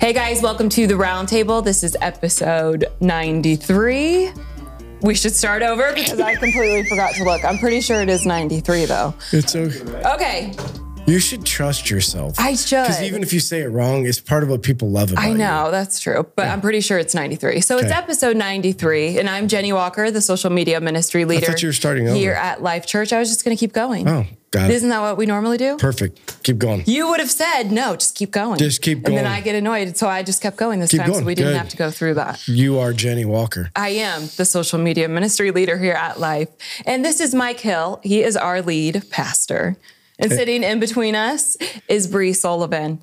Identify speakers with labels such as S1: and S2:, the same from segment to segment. S1: Hey guys, welcome to the roundtable. This is episode 93. We should start over because I completely forgot to look. I'm pretty sure it is 93 though.
S2: It's okay.
S1: Okay,
S2: You should trust yourself.
S1: I
S2: Because
S1: should.
S2: even if you say it wrong, it's part of what people love about
S1: I
S2: you.
S1: know, that's true, but I'm pretty sure it's 93. So it's
S2: Okay.
S1: episode 93, and I'm Jenny Walker, the social media ministry leader
S2: thought you were starting over.
S1: here at Life Church. I was just going to keep going.
S2: Oh, got it.
S1: Isn't that what we normally do?
S2: Perfect. Keep going.
S1: You would have said, no, just keep going.
S2: Just keep
S1: And then
S2: going.
S1: I get annoyed. So I just kept going this
S2: Keep
S1: time. So
S2: going.
S1: we didn't
S2: Good.
S1: have to go through that.
S2: You are Jenny Walker.
S1: I am the social media ministry leader here at Life. And this is Mike Hill. He is our lead pastor. And sitting in between us is Bree Sullivan.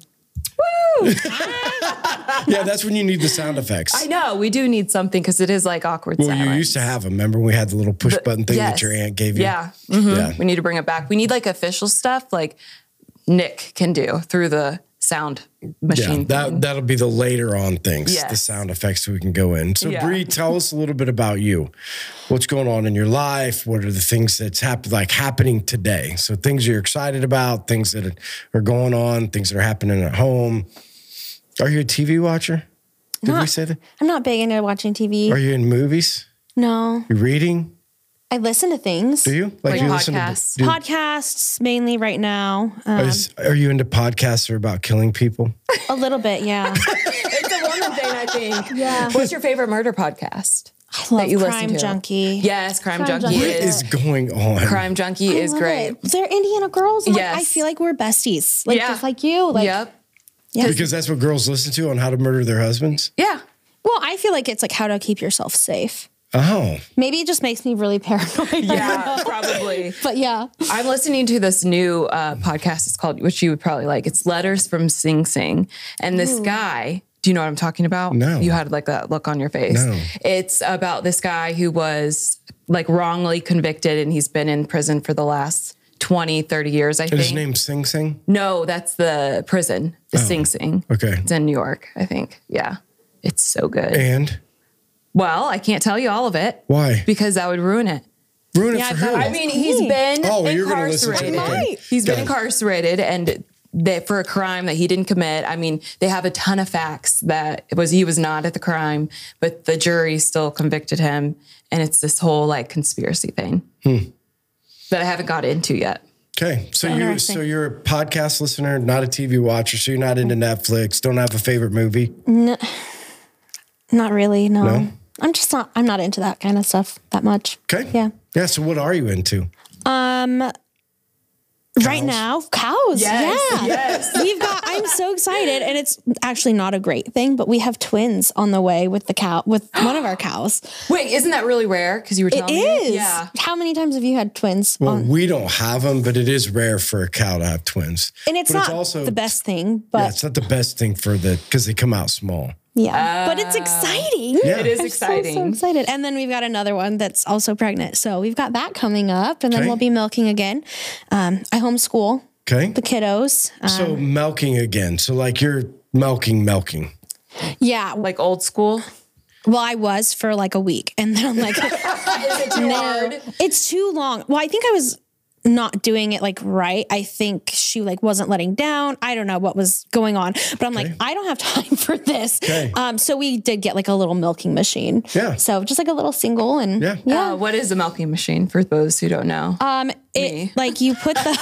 S2: Yeah, that's when you need the sound effects.
S1: I know we do need something because it is like awkward
S2: well, you
S1: silence.
S2: used to have them. Remember, we had the little push button thing
S1: yes.
S2: that your aunt gave you.
S1: Yeah. Mhm.
S2: Yeah.
S1: We need to bring it back. We need like official stuff like Nick can do through the sound
S2: Yeah,
S1: machine.
S2: that that'll be the later on things, the
S1: Yes.
S2: sound effects we can go in. So,
S1: Yeah.
S2: Bree, tell us a little bit about you. What's going on in your life? What are the things that's hap- like happening today? So, things you're excited about, things that are going on, things that are happening at home. Are you a TV watcher? Did we
S3: Not-
S2: say that?
S3: I'm not big into watching TV.
S2: Are you in movies?
S3: no,
S2: You reading?
S3: I listen to things.
S2: Do you
S1: Like
S2: you
S1: podcasts?
S2: To, do,
S3: Podcasts mainly right now. Um,
S2: is- are you into podcasts that are about killing people?
S3: a little bit, yeah.
S1: it's a woman thing, I think.
S3: Yeah.
S1: What's your favorite murder podcast?
S3: I love
S1: you listen
S3: Crime
S1: to.
S3: Junkie.
S1: Yes, Crime,
S3: Crime
S1: Junkie
S3: Junkie.
S2: What
S1: is.
S2: is going on?
S1: Crime Junkie
S3: I
S1: is
S3: love
S1: great.
S3: it. They're Indiana girls. and, like,
S1: Yes.
S3: I feel like we're besties. Like
S1: Yeah.
S3: just like you. Like
S1: yep.
S2: Because that's what girls listen to on how to murder their husbands.
S1: Yeah.
S3: well, I feel like it's like how to keep yourself safe.
S2: Oh.
S3: Maybe it just makes me really paranoid.
S1: Yeah, probably.
S3: But yeah.
S1: I'm listening to this new uh, podcast. It's called, which you would probably like. It's Letters from Sing Sing, and this guy. Do you know what I'm talking about?
S2: No.
S1: You had like that look on your face.
S2: No.
S1: It's about this guy who was like wrongly convicted, and he's been in prison for the last 20, 30 years. I
S2: And
S1: think.
S2: his name's Sing Sing?
S1: No, that's the prison, the Sing Sing.
S2: Okay.
S1: It's in New York, I think. Yeah. It's so good.
S2: And
S1: well, I can't tell you all of it
S2: why?
S1: because that would ruin it.
S2: Ruin it
S3: Yeah,
S2: for
S3: I thought-
S2: who?
S1: I mean, he's
S3: Okay.
S1: been
S2: Oh, you're gonna listen to it.
S1: incarcerated.
S2: Okay. Right.
S1: He's been
S2: Got it.
S1: incarcerated and that for a crime that he didn't commit. I mean, they have a ton of facts that it was he was not at the crime, but the jury still convicted him, and it's this whole like conspiracy thing
S2: Hmm.
S1: that I haven't got into yet.
S2: okay. So you
S3: Interesting.
S2: so you're a podcast listener, not a TV watcher. So you're not into Netflix. Don't have a favorite movie.
S3: Not really, no.
S2: No?
S3: I'm just not I'm not into that kind of stuff that much.
S2: Okay.
S3: Yeah.
S2: Yeah. So what are you into?
S3: Right now, cows. Yeah.
S1: yes.
S3: We've got. I'm so excited, and it's actually not a great thing, but we have twins on the way with the cow with one of our cows.
S1: Wait, isn't that really rare? Because you were
S3: It
S1: telling me,
S3: is.
S1: yeah.
S3: How many times have you had twins?
S2: Well,
S3: on-
S2: we don't have them, but it is rare for a cow to have twins.
S3: and it's
S2: but
S3: not
S2: it's also-
S3: the best thing,
S2: Yeah,
S3: but
S2: it's not the best thing for the because they come out small.
S3: yeah, but it's exciting.
S2: Yeah.
S1: Ah. It is
S3: I'm so,
S1: exciting.
S3: so excited. And then we've got another one that's also pregnant. So we've got that coming up, and then
S2: Okay.
S3: we'll be milking again. Um, I homeschool
S2: Okay.
S3: the kiddos. Um,
S2: So milking again. So like you're milking, milking.
S3: yeah.
S1: like old school.
S3: Well, I was for like a week, and then I'm like,
S1: Is it too hard?
S3: It's too long. Well, I think I was not doing it like right. I think she like wasn't letting down. I don't know what was going on, but I'm like, I don't have time for this.
S2: Okay.
S3: Um, so we did get like a little milking machine.
S2: Yeah.
S3: So just like a little single and
S2: Yeah.
S1: Uh, what is a milking machine for those who don't know?
S3: um, it
S1: Me.
S3: like you put the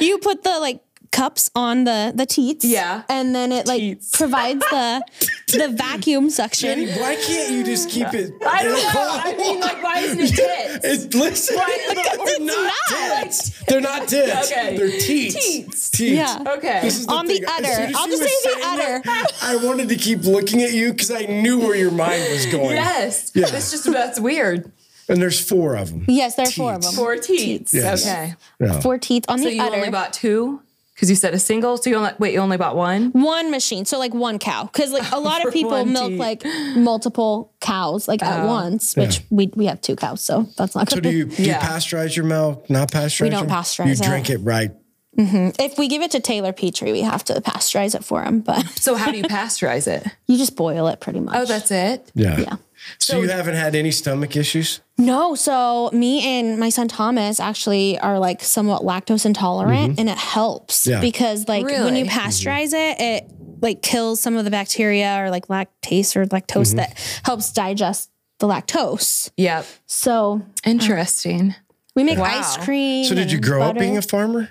S3: you put the like cups on the the teats.
S1: Yeah.
S3: And then it like provides the the vacuum suction.
S2: Why can't you just keep it?
S1: I don't know. I mean, like, why isn't it tits?
S2: It's listen. they're not, tits. They're not tits.
S1: Okay.
S2: They're teats.
S1: Teats.
S3: Yeah.
S1: Okay.
S2: Uh, This is
S3: On the
S2: thing. As
S3: udder.
S2: soon as
S3: I'll
S2: she
S3: just
S2: was
S3: say the
S2: saying that,
S3: udder.
S2: I wanted to keep looking at you because I knew where your mind was going.
S1: Yes.
S2: Yeah.
S1: It's just that's weird.
S2: And there's four of them.
S3: Yes, there are four of
S2: Teats.
S3: them.
S1: Four teats.
S2: Yes.
S1: Okay.
S2: Yeah.
S3: Four teats on
S1: So
S3: the
S1: you
S3: udder.
S1: only bought two because you said a single. So you only wait, you only bought one.
S3: one machine so like one cow because like a lot
S1: For
S3: of people
S1: one
S3: milk
S1: teat.
S3: like multiple cows like at once which we we have two cows so that's not
S2: So
S3: good
S2: do you, do
S1: Yeah.
S2: you pasteurize your milk? Not pasteurize.
S3: don't
S2: your-
S3: pasteurize
S2: You
S3: it.
S2: drink it right.
S3: if we give it to taylor petrie we have to pasteurize it for him but
S1: So how do you pasteurize it?
S3: you just boil it pretty much
S1: Oh, that's it.
S2: Yeah.
S3: yeah
S2: So, you haven't had any stomach issues?
S3: no so me and my son thomas actually are like somewhat lactose intolerant and it helps
S2: Mm-hmm. Yeah. Mm-hmm.
S3: because like when
S1: Really?
S3: you pasteurize it it like kills some of the bacteria or like lactase or lactose
S2: Mm-hmm.
S3: that helps digest the lactose.
S1: Yep.
S3: So
S1: Interesting.
S3: we make
S1: Wow.
S3: ice cream.
S2: So did you
S3: and
S2: grow up
S3: butter.
S2: being a farmer?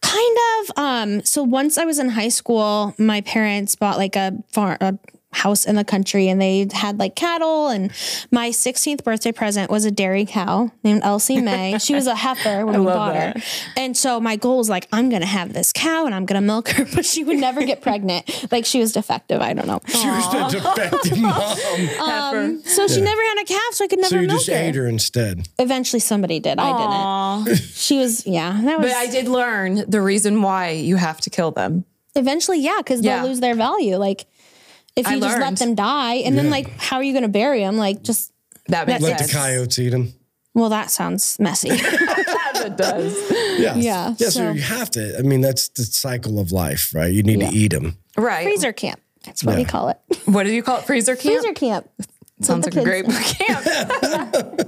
S3: Kind of. Um, so once I was in high school, my parents bought like a farm, a house in the country, and they had like cattle. And my 16th birthday present was a dairy cow named Elsie May. she was a heifer when we
S1: love
S3: bought her. And so my goal was like, I'm gonna have this cow and I'm gonna milk her, but she would never get pregnant. Like she was defective. I don't know.
S2: She was the defective mom.
S3: Um, so she never had a calf, so I could never
S2: So you
S3: milk
S2: just
S3: her.
S2: ate her instead.
S3: Eventually, somebody did. I didn't. She was yeah. That was
S1: But I did learn the reason why you have to kill them.
S3: eventually yeah because
S1: Yeah.
S3: they'll lose their value like if
S1: I
S3: you just let
S1: learned.
S3: them die and then like how are you going to bury them like just
S1: That makes
S2: Let
S1: sense.
S2: the coyotes eat them.
S3: well that sounds messy
S1: It does.
S2: Yeah.
S3: Yeah,
S2: Yeah. So,
S3: so-
S2: you have to. I mean, that's the cycle of life, right? You need to eat them.
S1: Right.
S3: freezer camp that's what we
S2: Yeah.
S3: call it
S1: What do you call it? Freezer camp?
S3: freezer camp
S1: Sounds like
S3: with
S1: a
S3: the
S1: great camp.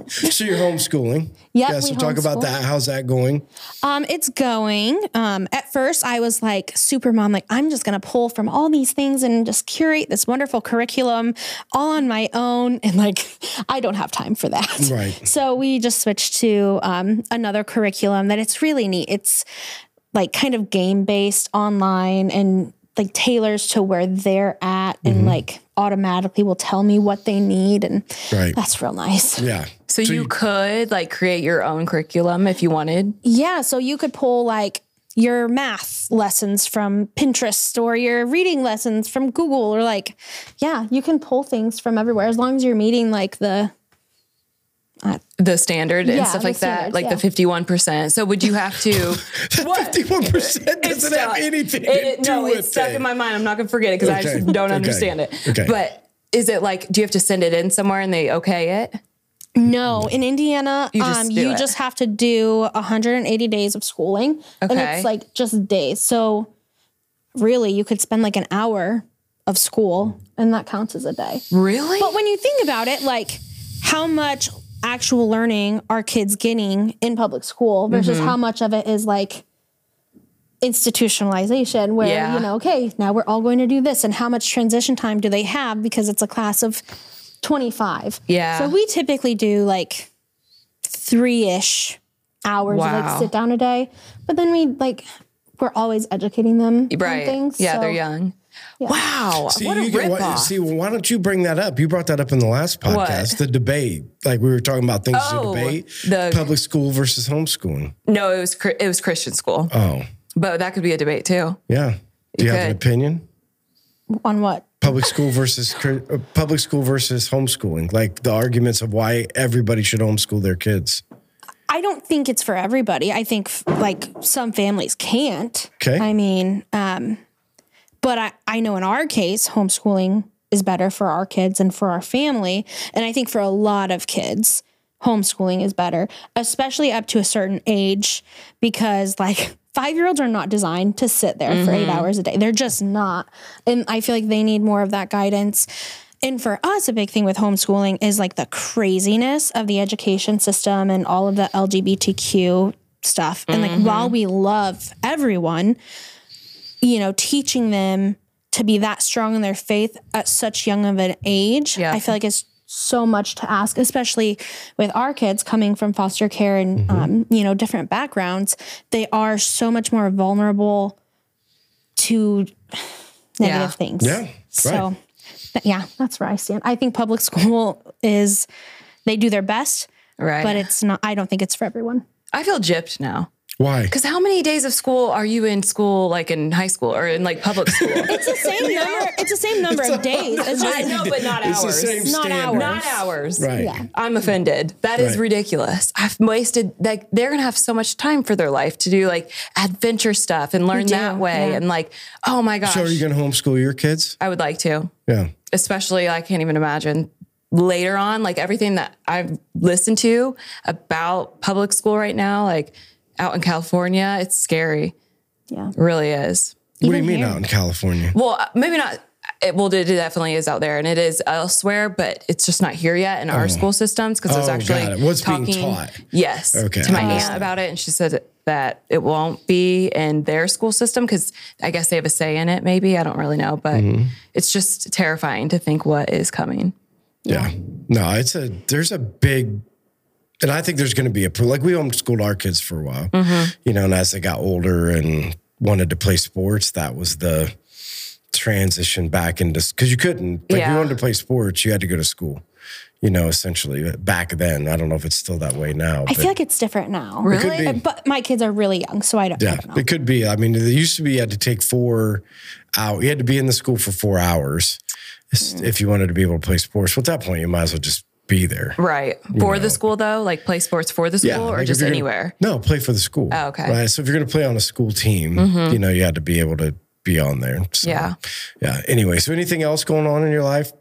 S2: So you're homeschooling.
S3: Yeah,
S2: Yeah.
S3: we
S2: So talk about
S3: homeschool.
S2: that. How's that going?
S3: um it's going um at first i was like super mom like i'm just going to pull from all these things and just curate this wonderful curriculum all on my own and like i don't have time for that
S2: Right.
S3: So we just switched to um, another curriculum that it's really neat. It's like kind of game based online and like tailors to where they're at and
S2: Mm-hmm.
S3: like automatically will tell me what they need. And
S2: Right.
S3: that's real nice.
S2: Yeah.
S1: So, you, could like create your own curriculum if you wanted.
S3: Yeah. So you could pull like your math lessons from Pinterest or your reading lessons from Google or like, yeah, you can pull things from everywhere as long as you're meeting like the uh,
S1: The standard and
S3: Yeah,
S1: stuff
S3: the
S1: like that,
S3: standards,
S1: like the
S3: yeah.
S1: fifty-one percent. So would you have to? what?
S2: Fifty-one percent doesn't have
S1: stuck.
S2: anything
S1: It-
S2: to
S1: it-
S2: do
S1: no,
S2: with
S1: it's stuck
S2: it.
S1: in my mind. I'm not gonna forget it because I
S2: Okay.
S1: just don't
S2: Okay.
S1: understand it.
S2: Okay.
S1: But is it like? Do you have to send it in somewhere and they okay it?
S3: No, in Indiana, you
S1: just
S3: um,
S1: do
S3: you
S1: it.
S3: just have to do 180 days of schooling, and
S1: Okay.
S3: it's like just days. So really, you could spend like an hour of school, and that counts as a day.
S1: Really?
S3: But when you think about it, like how much actual learning are kids getting in public school
S1: Mm-hmm.
S3: versus how much of it is like institutionalization where
S1: Yeah.
S3: you know okay now we're all going to do this and how much transition time do they have because it's a class of 25
S1: Yeah.
S3: so we typically do like three-ish hours of
S1: Wow.
S3: like sit down a day but then we like we're always educating them on
S1: right.
S3: things
S1: yeah,
S3: so-
S1: they're young. Wow.
S2: See,
S1: what a
S2: you get- why-
S1: ripoff.
S2: see, well, why don't you bring that up? You brought that up in the last podcast, the debate. Like we were talking about things
S1: Oh,
S2: to debate,
S1: the-
S2: public school versus homeschooling.
S1: no, it was Chri- it was Christian school,
S2: Oh,
S1: but that could be a debate too.
S2: yeah. Do you have an
S1: could.
S2: opinion?
S3: on what
S2: Public school versus cri- uh, public school versus homeschooling, like the arguments of why everybody should homeschool their kids.
S3: I don't think it's for everybody. I think f- like some families can't.
S2: 'Kay.
S3: I mean, um, but I, I know in our case, homeschooling is better for our kids and for our family. And I think for a lot of kids, homeschooling is better, especially up to a certain age, because like five year olds are not designed to sit there for eight hours a day. They're just not. And I feel like they need more of that guidance. And for us, a big thing with homeschooling is like the craziness of the education system and all of the LGBTQ stuff. And like, while we love everyone, you know, teaching them to be that strong in their faith at such young of an age,
S1: Yeah.
S3: I feel like it's so much to ask, especially with our kids coming from foster care and, um, you know, different backgrounds. They are so much more vulnerable to negative
S1: Yeah.
S3: things.
S2: Yeah, right.
S3: So, but yeah, that's where I stand. I think public school is, they do their best,
S1: Right.
S3: but it's not, I don't think it's for everyone.
S1: I feel gypped now.
S2: Why?
S1: Because how many days of school are you in school, like in high school or in like public school?
S3: It's the same number. It's the same number of days. It's
S1: I
S3: just
S1: know, but not
S2: It's the
S1: hours.
S2: same
S3: Not
S2: standard.
S1: Not hours.
S2: Right.
S3: Yeah.
S1: I'm offended. That is
S2: Right.
S1: ridiculous. I've wasted like they're gonna have so much time for their life to do like adventure stuff and learn
S3: do,
S1: that way
S3: yeah.
S1: and like oh my gosh,
S2: So are you going to homeschool your kids?
S1: I would like to.
S2: Yeah.
S1: Especially I can't even imagine later on like everything that I've listened to about public school right now like out in California, it's scary.
S3: yeah.
S1: It really is.
S2: what do you mean out in California?
S1: Well, uh, maybe not. It, well, it definitely is out there, and it is elsewhere, but it's just not here yet in our school systems because I was
S2: Oh,
S1: actually
S2: got it. What's being
S1: talking.
S2: taught?
S1: Yes,
S2: Okay,
S1: to my
S2: I
S1: aunt
S2: understand.
S1: about it, and she said that it won't be in their school system because I guess they have a say in it, maybe. I don't really know, but
S2: Mm-hmm.
S1: it's just terrifying to think what is coming.
S2: Yeah. No, it's a there's a big and I think there's going to be a like we homeschooled our kids for a while,
S3: Mm-hmm.
S2: you know, and as they got older and wanted to play sports, that was the transition back into because you couldn't like if
S1: Yeah.
S2: you wanted to play sports, you had to go to school, you know, essentially uh, back then. I don't know if it's still that way now.
S3: I feel like it's different now.
S1: Really?
S2: be.
S3: Uh, But my kids are really young, so I don't, I
S2: Yeah,
S3: don't know.
S2: it could be. I mean, it used to be you had to take four out. You had to be in the school for four hours s-
S3: Mm.
S2: if you wanted to be able to play sports. Well, at that point, you might as well just be there.
S1: Right. For the school, though, like play sports for the school or
S2: like if
S1: just
S2: you're gonna-
S1: anywhere.
S2: no, play for the school.
S1: Oh, okay. Mm-hmm.
S2: Right. So if you're going to play on a school team, you know, you had to be able to be on there. So,
S1: Yeah.
S2: Yeah. Anyway, so anything else going on in your life?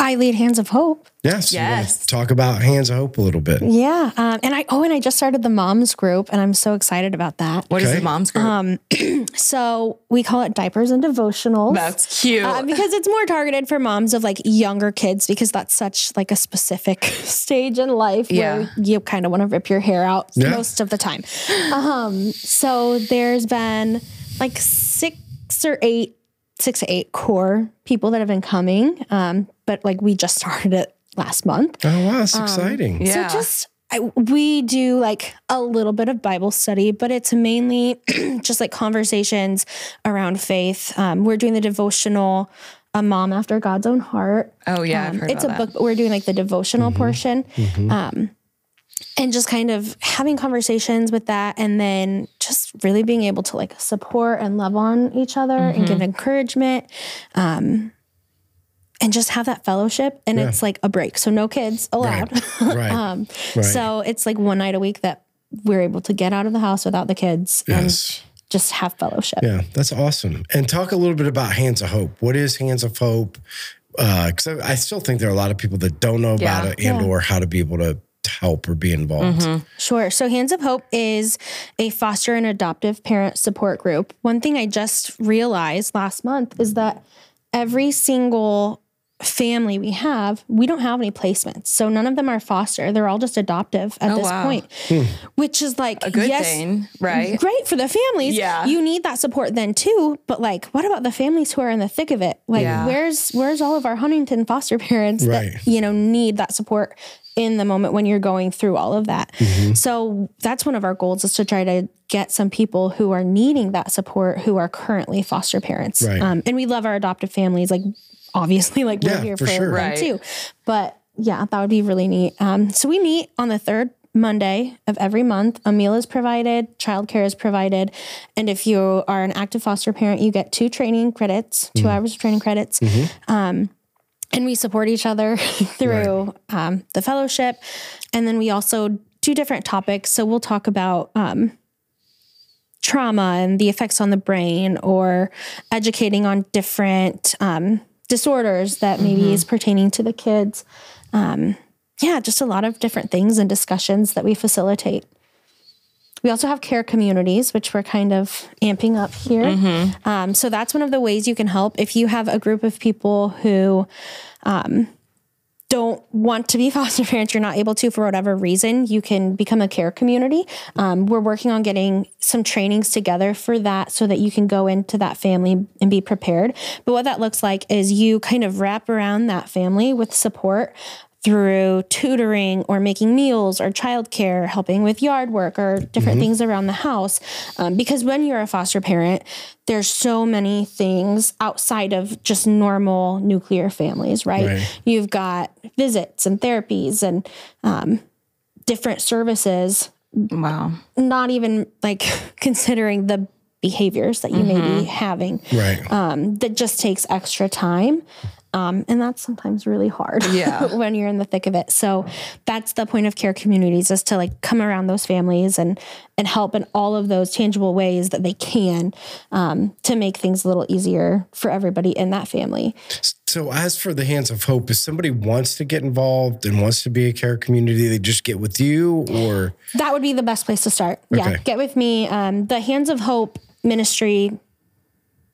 S3: I lead Hands of Hope.
S2: Yes. you wanna
S1: Yes.
S2: Talk about Hands of Hope a little bit.
S3: Yeah. Um, and I, oh, and I just started the moms group, and I'm so excited about that.
S1: What is
S2: Okay.
S1: the mom's group?
S3: Um, So we call it diapers and devotionals.
S1: That's cute.
S3: Uh, because it's more targeted for moms of like younger kids because that's such like a specific stage in life
S1: Yeah.
S3: where you kind of want to rip your hair out
S2: Yeah.
S3: most of the time. Um, so there's been like six or eight, six to eight core people that have been coming, um, but like we just started it last month.
S2: Oh, wow. That's exciting.
S1: Um, yeah.
S3: So just I, we do like a little bit of Bible study, but it's mainly just like conversations around faith. Um, we're doing the devotional, a mom after God's own heart.
S1: oh, yeah. I've
S3: Um,
S1: heard
S3: it's a
S1: about
S3: book, but we're doing like the devotional portion, um, and just kind of having conversations with that, and then just really being able to like support and love on each other and
S1: Mm-hmm.
S3: give encouragement, um, and just have that fellowship. And it's like a break, so no kids allowed.
S2: Right.
S1: Um,
S2: right.
S3: So it's like one night a week that we're able to get out of the house without the kids
S2: yes.
S3: and just have fellowship.
S2: Yeah, that's awesome. And talk a little bit about Hands of Hope. What is Hands of Hope? Because I, I still think there are a lot of people that don't know about
S1: Yeah. Mm-hmm.
S2: it and or how to be able to help or be involved.
S3: Sure. So Hands of Hope is a foster and adoptive parent support group. One thing I just realized last month is that every single family we have, we don't have any placements. So none of them are foster. They're all just adoptive at
S1: Oh,
S3: this
S1: wow.
S3: point.
S2: Hmm.
S3: Which is like
S1: a good
S3: yes,
S1: thing, right?
S3: great for the families.
S1: Yeah.
S3: You need that support then too. But like, what about the families who are in the thick of it? Like
S1: Yeah.
S3: where's where's all of our Huntington foster parents
S2: Right.
S3: that, you know, need that support in the moment when you're going through all of that.
S2: Mm-hmm.
S3: So that's one of our goals is to try to get some people who are needing that support who are currently foster parents.
S2: Right.
S3: Um, and we love our adoptive families. Like obviously like
S2: Yeah,
S3: we're here
S2: for
S3: for,
S2: sure.
S3: them
S1: Right.
S3: too. But yeah, that would be really neat. Um, so we meet on the third Monday of every month. A meal is provided, childcare is provided. And if you are an active foster parent, you get two training credits,
S2: Mm-hmm.
S3: 2 hours of training credits. Um, and we support each other through um, the fellowship. And then we also do different topics. So we'll talk about um, trauma and the effects on the brain or educating on different um, disorders that maybe is pertaining to the kids. Um, yeah, just a lot of different things and discussions that we facilitate. We also have care communities, which we're kind of amping up here. Um, so that's one of the ways you can help. If you have a group of people who don't want to be foster parents, you're not able to for whatever reason, you can become a care community. Um, we're working on getting some trainings together for that so that you can go into that family and be prepared. But what that looks like is you kind of wrap around that family with support through tutoring or making meals or childcare, helping with yard work or different things around the house. Um, because when you're a foster parent, there's so many things outside of just normal nuclear families, right?
S2: Right.
S3: You've got visits and therapies and um, different services,
S1: Wow.
S3: not even like considering the behaviors that you may be having
S2: Right.
S3: um, that just takes extra time. Um, and that's sometimes really hard
S1: Yeah.
S3: when you're in the thick of it. So that's the point of care communities is to like come around those families and and help in all of those tangible ways that they can um, to make things a little easier for everybody in that family.
S2: so as for the Hands of Hope, if somebody wants to get involved and wants to be a care community, they just get with you or
S3: That would be the best place to start. Yeah,
S2: Okay.
S3: get with me. Um, the Hands of Hope Ministry,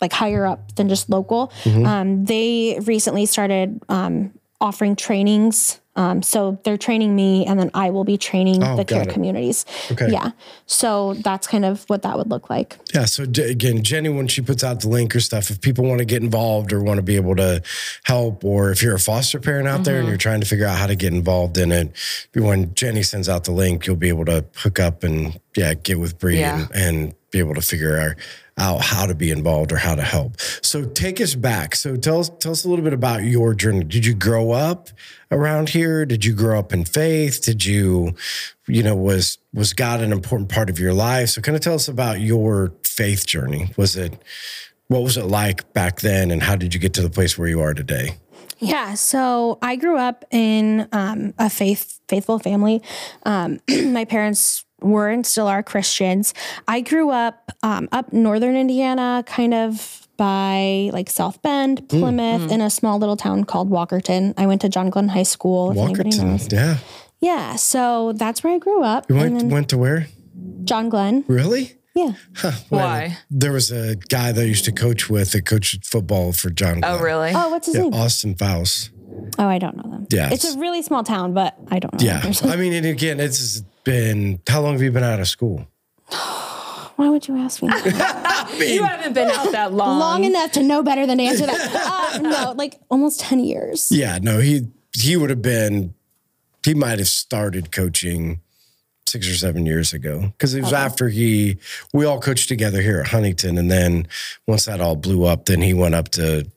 S3: like higher up
S2: Mm-hmm.
S3: than just local, um, they recently started um, offering trainings Um, so they're training me, and then I will be training
S2: Oh,
S3: the
S2: got
S3: care
S2: it.
S3: communities.
S2: Okay.
S3: Yeah. So that's kind of what that would look like.
S2: Yeah. So J- again, Jenny, when she puts out the link or stuff, if people want to get involved or want to be able to help, or if you're a foster parent out there and you're trying to figure out how to get involved in it, when Jenny sends out the link, you'll be able to hook up and yeah, get with Bree
S1: Yeah.
S2: and, and be able to figure out, out how to be involved or how to help. So take us back. So tell us tell us a little bit about your journey. Did you grow up around here? Did you grow up in faith? Did you, you know, was was God an important part of your life? So kind of tell us about your faith journey. Was it what was it like back then and how did you get to the place where you are today?
S3: Yeah, so I grew up in um, a faith faithful family. Um, my parents were and still are Christians. I grew up um, up northern Indiana, kind of by like South Bend,
S2: Mm,
S3: Plymouth, in a small little town called Walkerton. I went to John Glenn High School. If anybody knows.
S2: Walkerton. Yeah.
S3: Yeah, so that's where I grew up.
S2: You
S3: and
S2: went
S3: then
S2: went to where?
S3: John Glenn.
S2: Really?
S3: Yeah.
S1: Why?
S2: There was a guy that I used to coach with that coached football for John.
S1: Oh,
S2: Glenn.
S1: really?
S3: Oh, what's his
S2: Yeah,
S3: name?
S2: Austin Faust.
S3: Oh, I don't know them.
S2: Yeah.
S3: It's a really small town, but I don't know.
S2: Yeah.
S3: them.
S2: I mean, and again, it's been how long have you been out of school?
S3: Why would you ask me?
S1: you haven't been out that long.
S2: Um,
S3: long enough to know better than to answer that. Uh, no, like almost 10 years.
S2: Yeah, no, he he would have been he might have started coaching six or seven years ago. Because it was after he we all coached together here at Huntington. And then once that all blew up, then he went up to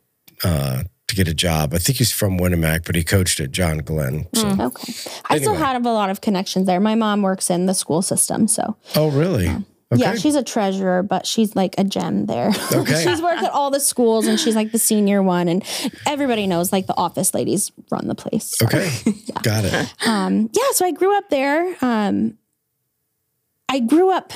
S2: uh to get a job. I think he's from Winnemac, but he coached at John Glenn. So.
S3: Okay. I still
S2: Anyway.
S3: have a lot of connections there. My mom works in the school system. So,
S2: Oh, really? Okay.
S3: yeah, she's a treasurer, but she's like a gem there.
S2: Okay.
S3: she's worked at all the schools and she's like the senior one. And everybody knows like the office ladies run the place. So,
S2: okay. Got it.
S3: Um, yeah. So I grew up there. Um, I grew up.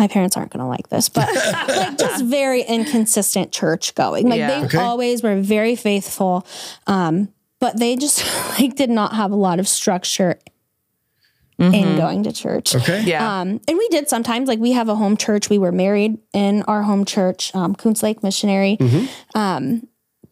S3: My parents aren't going to like this, but like just very inconsistent church going. Like
S1: Yeah.
S3: they
S2: Okay.
S3: always were very faithful, um, but they just like did not have a lot of structure in going to church.
S2: Mm-hmm. Okay.
S1: Yeah.
S3: Um, and we did sometimes. Like we have a home church. We were married in our home church, um, Coons Lake Missionary. Um,
S1: Mm-hmm.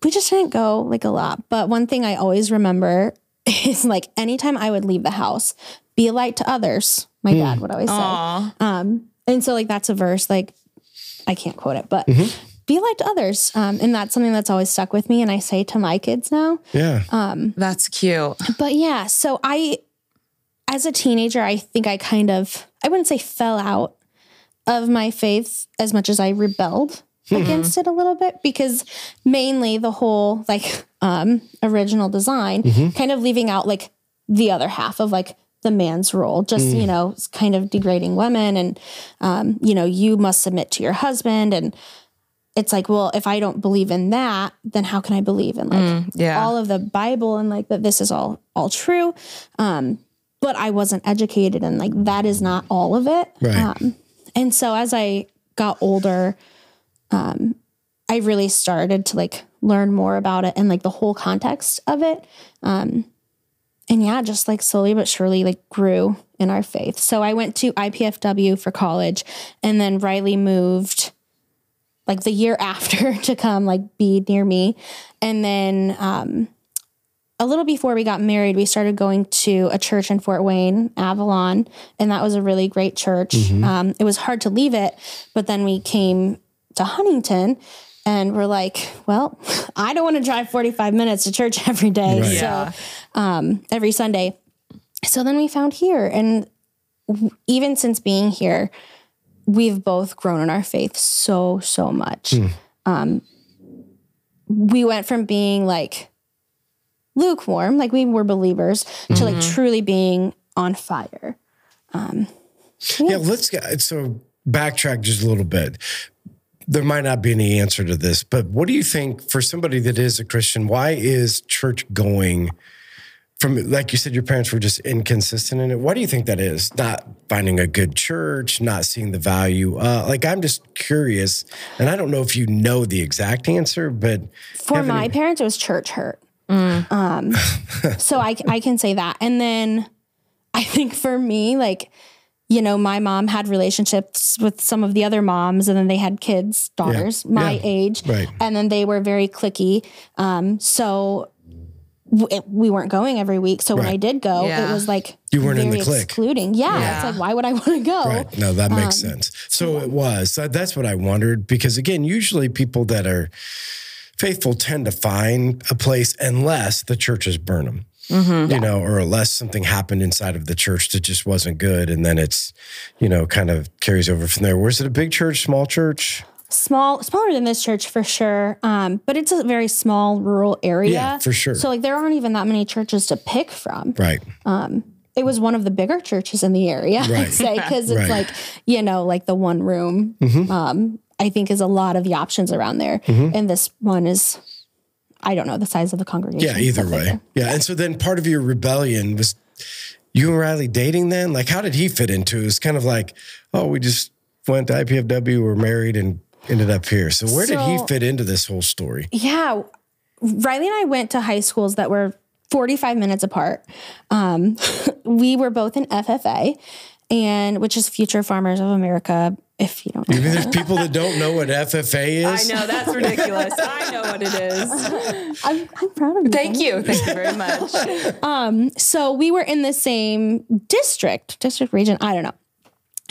S3: we just didn't go like a lot. But one thing I always remember is like anytime I would leave the house, be a light to others. My dad would always
S1: Mm. Aw.
S3: say. Um, and so like that's a verse. Like I can't quote it, but.
S1: Mm-hmm.
S3: Be a light to others. Um, and that's something that's always stuck with me. And I say to my kids now,
S2: Yeah.
S1: That's cute.
S3: but yeah, so I, as a teenager, I think I kind of, I wouldn't say fell out of my faith as much as I rebelled against it a little bit because mainly the whole like um, original design, kind of leaving out like the other half of like the man's role, just, you know, it's kind of degrading women and, um, you know, you must submit to your husband. And it's like, well, if I don't believe in that, then how can I believe in like,
S1: Mm, Yeah.
S3: all of the Bible and like that this is all all true. Um, but I wasn't educated and like that is not all of it.
S2: Right.
S3: Um, and so as I got older, um, I really started to like learn more about it and like the whole context of it. Um, and yeah, just like slowly but surely like grew in our faith. So I went to IPFW for college and then Riley moved like the year after to come like be near me and then um a little before we got married we started going to a church in fort wayne avalon and that was a really great church um, it was hard to leave it but then we came to huntington and we're like well i don't want to drive 45 minutes to church every day
S2: Right.
S3: so
S1: Yeah.
S3: um, every sunday so then we found here and w- even since being here we've both grown in our faith so so much um we went from being like lukewarm like we were believers to like truly being on fire Um,
S2: Yeah, let's get so backtrack just a little bit. There might not be any answer to this, but what do you think for somebody that is a Christian, why is church going from like you said, your parents were just inconsistent in it? Why do you think that is? Not finding a good church, not seeing the value. Uh, like I'm just curious, and I don't know if you know the exact answer, but
S3: for my parents it was church hurt um so I, I can say that and then i think for me like you know my mom had relationships with some of the other moms and then they had kids daughters my
S2: yeah,
S3: age
S2: right.
S3: and then they were very clicky um so w- we weren't going every week. So when
S2: Right.
S3: I did go,
S1: Yeah.
S3: it was like
S2: You weren't in the clique.
S3: excluding. Yeah,
S1: Yeah.
S3: it's like why would I want to go?
S2: Right. No, that makes sense. So it was. So that's what I wondered because again, usually people that are faithful tend to find a place unless the churches burn them. You know, or unless something happened inside of the church that just wasn't good, and then it's, you know, kind of carries over from there. Was it a big church, small church?
S3: Small, smaller than this church for sure. Um, but it's a very small rural area.
S2: Yeah, for sure.
S3: So like there aren't even that many churches to pick from.
S2: Right,
S3: It was one of the bigger churches in the area,
S2: Right.
S3: I'd say, because
S2: Right. Mm-hmm.
S3: it's like you know, like the one room. Um, I think is a lot of the options around there, and this one is, I don't know the size of the congregation.
S2: yeah. Either
S3: stuff like
S2: way,
S3: that.
S2: yeah. And so then part of your rebellion was you and Riley dating. Then, like, how did he fit into? it? It's kind of like, oh, we just went to IPFW, were married, and ended up here. So where did he
S3: So-
S2: fit into this whole story?
S3: Yeah. Riley and I went to high schools that were 45 minutes apart. Um, we were both in FFA, and which is Future Farmers of America. If you don't know,
S2: I mean, there's people that don't know what FFA
S1: I
S2: is.
S1: know that's ridiculous. I know what it is.
S3: I'm, I'm proud of you.
S1: Thank you. Thank you very much.
S3: So we were in the same district, district region. I don't know.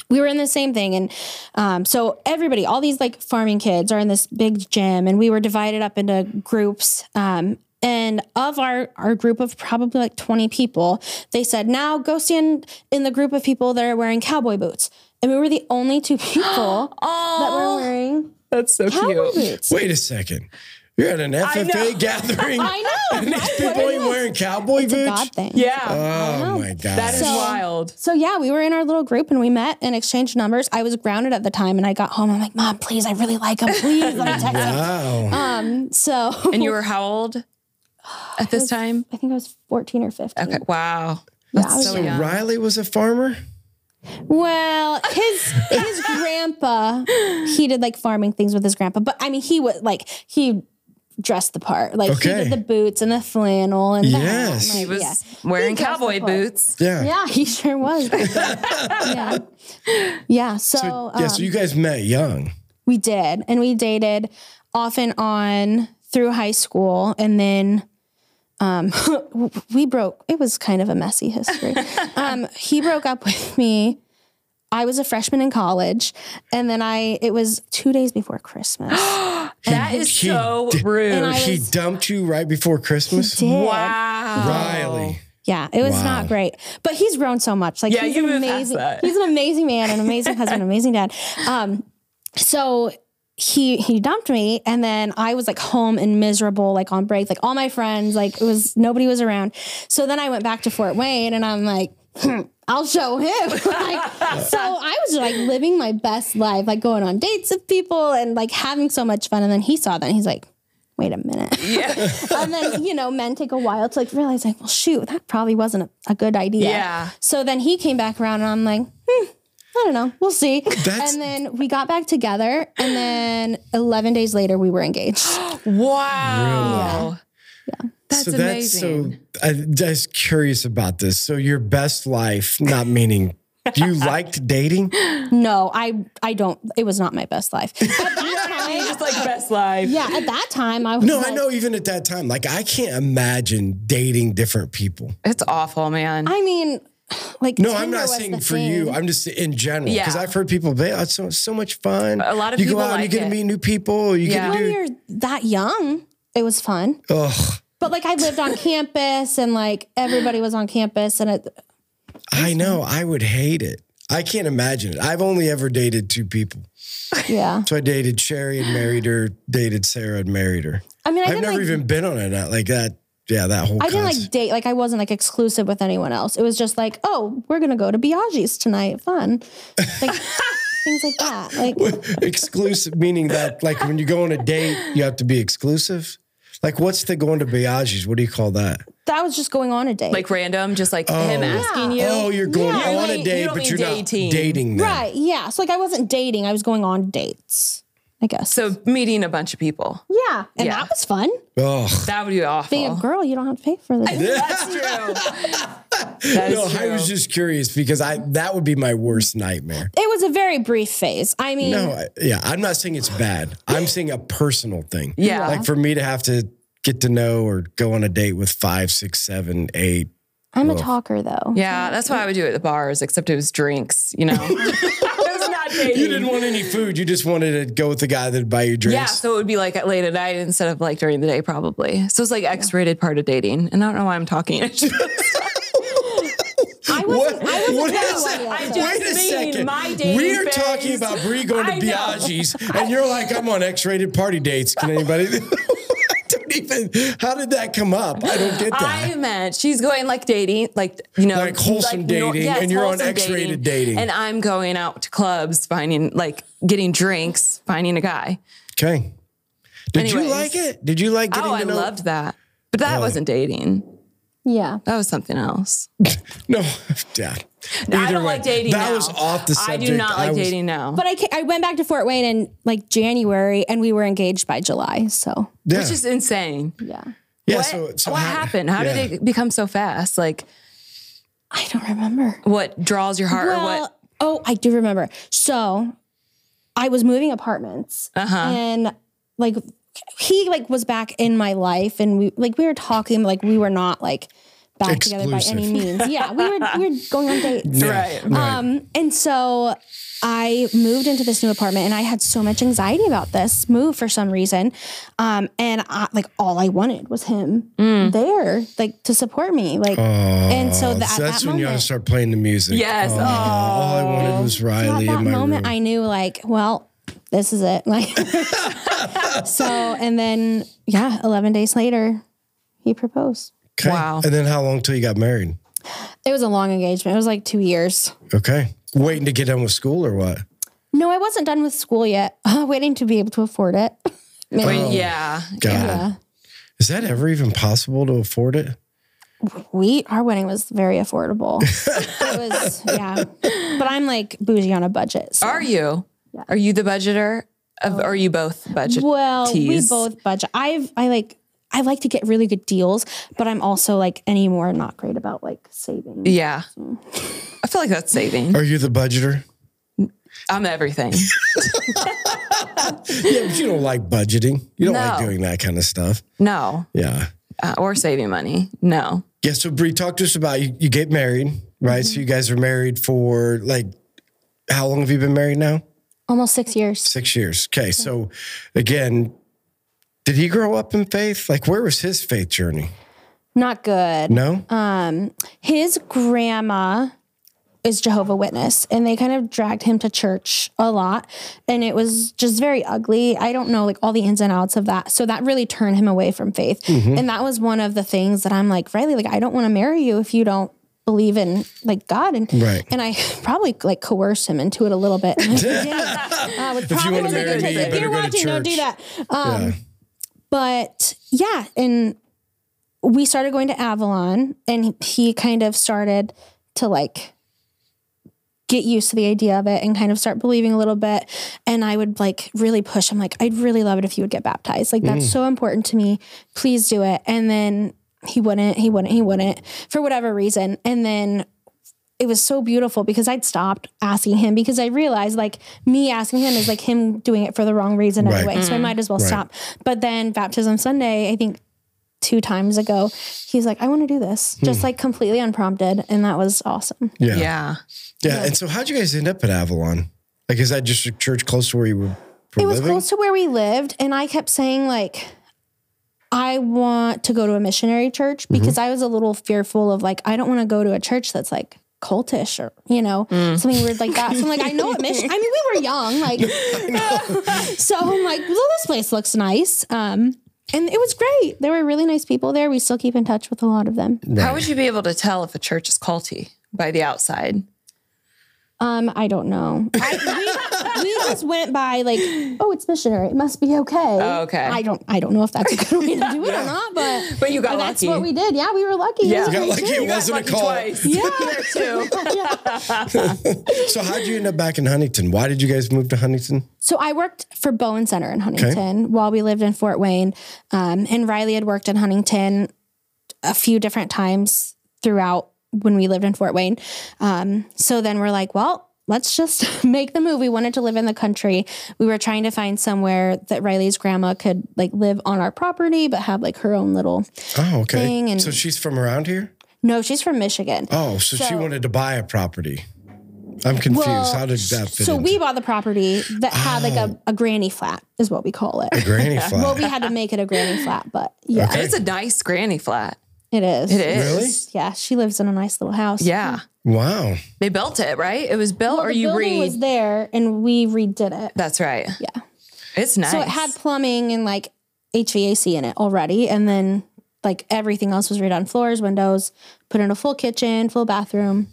S3: We were in the same thing, and um, so everybody, all these like farming kids, are in this big gym, and we were divided up into groups. Um, and of our our group of probably like twenty people, they said, "Now go stand in the group of people that are wearing cowboy boots." And we were the only two people that were wearing
S1: That's so
S3: cowboy
S1: cute.
S3: boots.
S2: Wait a second. You're at an FFA
S1: know.
S2: gathering.
S3: I know.
S2: And these people ain't wearing cowboy
S3: It's a
S2: boots.
S3: God thing.
S1: Yeah.
S2: Oh my god.
S1: That is
S3: So-
S1: wild.
S3: So yeah, we were in our little group and we met and exchanged numbers. I was grounded at the time and I got home. I'm like, Mom, please, I really like him. Please let me text him.
S2: wow.
S3: Um, so
S1: And you were how old at this time?
S3: I think I was 14 or 15.
S1: Okay. Wow.
S3: I
S1: That's
S3: was
S1: so
S3: young.
S1: young.
S2: Riley was a farmer.
S3: Well, his his grandpa, he did like farming things with his grandpa, but I mean, he was like he dressed the part. Like
S2: Okay.
S3: he did the boots and the flannel and the hat.
S2: Yes.
S3: Like,
S1: He was
S3: yeah.
S1: wearing
S3: dressed the
S1: cowboy
S3: part.
S1: boots.
S2: Yeah.
S3: Yeah, he sure was. yeah. Yeah. So,
S2: So,
S3: um,
S2: yeah. So you guys met young.
S3: We did. And we dated off and on through high school. And then um, we broke. It was kind of a messy history. um, he broke up with me. I was a freshman in college. And then I, it was two days before Christmas.
S1: That is
S2: he
S1: so
S2: did-
S1: rude.
S3: And I
S2: He
S3: was-
S2: dumped you right before Christmas.
S3: Did.
S1: wow.
S2: Riley.
S3: Yeah, it was
S2: Wow.
S3: not great. But he's grown so much. Like
S1: Yeah,
S3: he's
S1: you
S3: an
S1: moved past
S3: amazing.
S1: that.
S3: He's an amazing man, an amazing husband, an amazing dad. Um, so he he dumped me, and then I was like home and miserable, like on break, like all my friends, like it was nobody was around. So then I went back to Fort Wayne, and I'm like. "Hmm, I'll show him. like, so I was like living my best life, like going on dates with people and like having so much fun. And then he saw that and he's like, wait a minute
S1: Yeah.
S3: and then you know men take a while to like realize like well shoot that probably wasn't a, a good idea
S1: Yeah.
S3: so then he came back around and i'm like hmm, i don't know we'll see
S2: That's-
S3: and then we got back together and then 11 days later we were engaged
S1: Wow. That's amazing.
S2: so. I'm just curious about this. So your best life, not meaning you liked dating.
S3: no i i don't it was not my best life at that
S1: I mean,
S3: time
S1: just like best life.
S3: yeah at that time i was
S2: No, I
S3: like-
S2: know. Even at that time, like I can't imagine dating different people.
S1: It's awful, man.
S3: i mean like
S2: No, I'm
S3: Tinder
S2: not
S3: was
S2: saying
S3: the
S2: for you.
S3: thing.
S2: I'm just in general because
S1: Yeah.
S2: I've heard people say, "Oh, it's so, so much fun."
S1: A lot of
S2: you
S1: people
S2: go out and
S1: like
S2: you get
S1: it.
S2: to meet new people. You
S1: Yeah.
S2: get to
S3: when
S2: do.
S3: you're that young it was fun
S2: Ugh,
S3: but like i lived on campus and like everybody was on campus and it
S2: I know. I would hate it. I can't imagine it. I've only ever dated two people.
S3: yeah
S2: So I dated Sherry and married her. Dated Sarah and married her.
S3: I mean, I
S2: I've
S3: didn't
S2: never
S3: like,
S2: even been on a like that. Yeah, that whole.
S3: I didn't
S2: concept.
S3: like date. Like, I wasn't like exclusive with anyone else. It was just like, oh, we're gonna go to Biaggi's tonight. Fun, like things like that. Like,
S2: exclusive meaning that like when you go on a date you have to be exclusive like what's the going to Biaggi's? What do you call that?
S3: that was just going on a date.
S1: Like random, just like him asking you.
S2: oh, you're going
S3: Yeah,
S2: on
S3: like,
S2: a
S3: you
S2: date,
S1: don't
S2: but
S1: mean
S2: you're
S1: dating.
S2: not dating them.
S3: right? Yeah. So like, I wasn't dating. I was going on dates. I guess.
S1: So meeting a bunch of people.
S3: yeah, and
S1: Yeah.
S3: that was fun.
S2: Oh
S1: That would be awful.
S3: Being a girl, you don't have to pay for the.
S1: That's true. That is
S2: no,
S1: true.
S2: I was just curious because I that would be my worst nightmare.
S3: It was a very brief phase. I mean,
S2: No, I- yeah, I'm not saying it's bad. I'm saying a personal thing.
S1: Yeah.
S2: like for me to have to get to know or go on a date with five, six, seven, eight.
S3: I'm a talker though.
S1: Yeah, that's what I would do at the bars, except it was drinks, you know. it was not dating.
S2: You didn't want any food. You just wanted to go with the guy that'd buy you drinks.
S1: yeah, so it would be like at late at night instead of like during the day, probably. So it's like X rated part of dating. And I don't know why I'm talking. I just,
S3: I
S2: What?
S3: wasn't. I wasn't
S2: what
S3: that
S2: is
S3: way
S2: that?
S3: at
S1: I
S3: all.
S1: just
S2: Wait a
S1: mean
S2: second.
S1: my dating
S2: we are
S1: phase.
S2: talking about Brie going to
S1: I know.
S2: Biaggi's, and you're like, I'm on X-rated party dates. Can anybody? I don't even. How did that come up? I don't get that.
S1: I meant she's going like dating, like you know,
S2: Like wholesome
S1: nor-
S2: dating, and you're on
S1: wholesome
S2: X-rated dating.
S1: and I'm going out to clubs, finding like getting drinks, finding a guy.
S2: okay. Did you
S1: Anyways.
S2: like it? Did you like getting
S1: Oh, I
S2: to know?
S1: loved that, but that wasn't dating.
S3: Yeah.
S1: That was something else.
S2: no, yeah.
S1: I
S2: Either
S1: don't
S2: way,
S1: like dating.
S2: That
S1: now.
S2: was off the subject.
S1: I do not like
S2: was-
S1: dating now.
S3: But I, ca- I went back to Fort Wayne in like January, and we were engaged by July. So
S2: Yeah.
S1: which is insane.
S3: yeah,
S2: yeah,
S1: what
S2: so, so
S1: what
S2: how-
S1: happened? How
S2: yeah.
S1: did it become so fast? Like,
S3: I don't remember.
S1: what draws your heart, or what?
S3: Oh, I do remember. So I was moving apartments,
S1: Uh-huh.
S3: and like he like was back in my life, and we like we were talking, like we were not like back together by any
S2: Exclusive.
S3: means. Yeah, we were we were going on dates.
S2: Yeah,
S1: Right.
S2: right.
S3: Um, and so I moved into this new apartment and I had so much anxiety about this move for some reason. Um, and I, like all I wanted was him
S1: Mm.
S3: there, like to support me. Like, and so
S2: Oh,
S3: that,
S2: so
S3: at
S2: that's
S3: that
S2: when you ought to
S3: moment,
S2: start playing the music.
S1: Yes.
S2: Oh, all I wanted was
S3: at
S2: Riley
S3: that
S2: in my
S3: moment,
S2: room.
S3: I knew like, well, this is it. Like, so, and then yeah, 11 days later, he proposed.
S2: Okay.
S1: Wow.
S2: And then how long till you got married?
S3: It was a long engagement. It was like two years.
S2: Okay. Waiting to get done with school or what?
S3: No, I wasn't done with school yet. Uh, waiting to be able to afford it. Maybe.
S1: Wait, yeah,
S2: Oh, God. Is that ever even possible to afford it?
S3: we our wedding was very affordable. it was yeah, but I'm like bougie on a budget. so-
S1: Are you? Are you the budgeter? Of, Are you both budget?
S3: well,
S1: tees?
S3: we both budget. I've I like I like to get really good deals, but I'm also like anymore not great about like saving.
S1: Yeah. I feel like that's saving.
S2: Are you the budgeter?
S1: I'm everything.
S2: Yeah, but you don't like budgeting. You don't like
S1: No.
S2: doing that kind of stuff.
S1: No.
S2: Yeah.
S1: Uh, or saving money. No.
S2: Yeah. So Brie, talk to us about you, you get married, right?
S1: Mm-hmm.
S2: So you guys are married for like how long have you been married now?
S3: Almost six years.
S2: Six years. Okay. So again, did he grow up in faith? Like where was his faith journey?
S3: Not good.
S2: No?
S3: Um, His grandma is Jehovah Witness, and they kind of dragged him to church a lot, and it was just very ugly. I don't know like all the ins and outs of that, so that really turned him away from faith, and that was one of the things that I'm like Riley, like I don't want to marry you if you don't believe in like God, and
S2: Right.
S3: and I probably like coerced him into it a little bit. And I didn't. Uh, with
S2: If you wanna
S3: promises
S2: marry
S3: and
S2: me, you
S3: if
S2: better
S3: you're
S2: go to
S3: watching, don't do
S2: church.
S3: that. Um, But yeah, and we started going to Avalon, and he kind of started to like get used to the idea of it and kind of start believing a little bit. And I would like really push him, like, I'd really love it if you would get baptized. Like,
S2: Mm.
S3: that's so important to me. Please do it. And then he wouldn't, he wouldn't, he wouldn't for whatever reason. And then it was so beautiful because I'd stopped asking him because I realized like me asking him is like him doing it for the wrong reason
S2: Right.
S3: anyway. So I might as well stop. But then baptism Sunday, I think two times ago, he's like, I want to do this. Just
S2: Hmm.
S3: like completely unprompted. And that was awesome.
S2: yeah.
S1: Yeah.
S2: yeah. And so how'd you guys end up at Avalon? Like is that just a church close to where you were, were
S3: It was
S2: living?
S3: close to where we lived, and I kept saying like, I want to go to a missionary church because I was a little fearful of like, I don't want to go to a church that's like cultish or you know something weird like that. So I'm like, I know what mission. I mean, we were young, like, so I'm like, well, this place looks nice. Um, and it was great. There were really nice people there. We still keep in touch with a lot of them.
S1: How would you be able to tell if a church is culty by the outside?
S3: Um, I don't know. I, we, we just went by like, oh, it's missionary. It must be okay.
S1: Oh, okay.
S3: I don't. I don't know if that's a good way to do it or not, but
S1: But you got
S3: that's
S1: lucky.
S3: what we did. Yeah, we were lucky.
S1: Yeah.
S3: It was
S1: You
S2: got
S3: great
S2: lucky
S3: too.
S2: it wasn't a
S1: Lucky
S2: call.
S1: twice. Yeah. there too.
S2: So how'd you end up back in Huntington? Why did you guys move to Huntington?
S3: So I worked for Bowen Center in Huntington while we lived in Fort Wayne, um, and Riley had worked in Huntington a few different times throughout when we lived in Fort Wayne. Um, so then we're like, well, let's just make the move. We wanted to live in the country. We were trying to find somewhere that Riley's grandma could like live on our property, but have like her own little.
S2: Oh, okay.
S3: Thing and-
S2: so she's from around here?
S3: No, she's from Michigan.
S2: Oh, so, she
S3: So-
S2: wanted to buy a property. I'm confused.
S3: Well,
S2: How did that fit
S3: so
S2: into Oh.
S3: we bought the property that had like a, a granny flat, is what we call it.
S2: granny flat?
S3: Well, we had to make it a granny flat, but yeah,
S2: Okay.
S1: It's a nice granny flat.
S3: it is.
S1: It is.
S2: Really?
S3: Yeah, she lives in a nice little house.
S1: Yeah.
S2: wow.
S1: They built it, right? It was built
S3: Well,
S1: or
S3: the
S1: you
S3: building
S1: read.
S3: was there, and we redid it.
S1: That's right.
S3: Yeah.
S1: It's nice.
S3: So it had plumbing and like HVAC in it already, and then like everything else was redone: floors, windows, put in a full kitchen, full bathroom.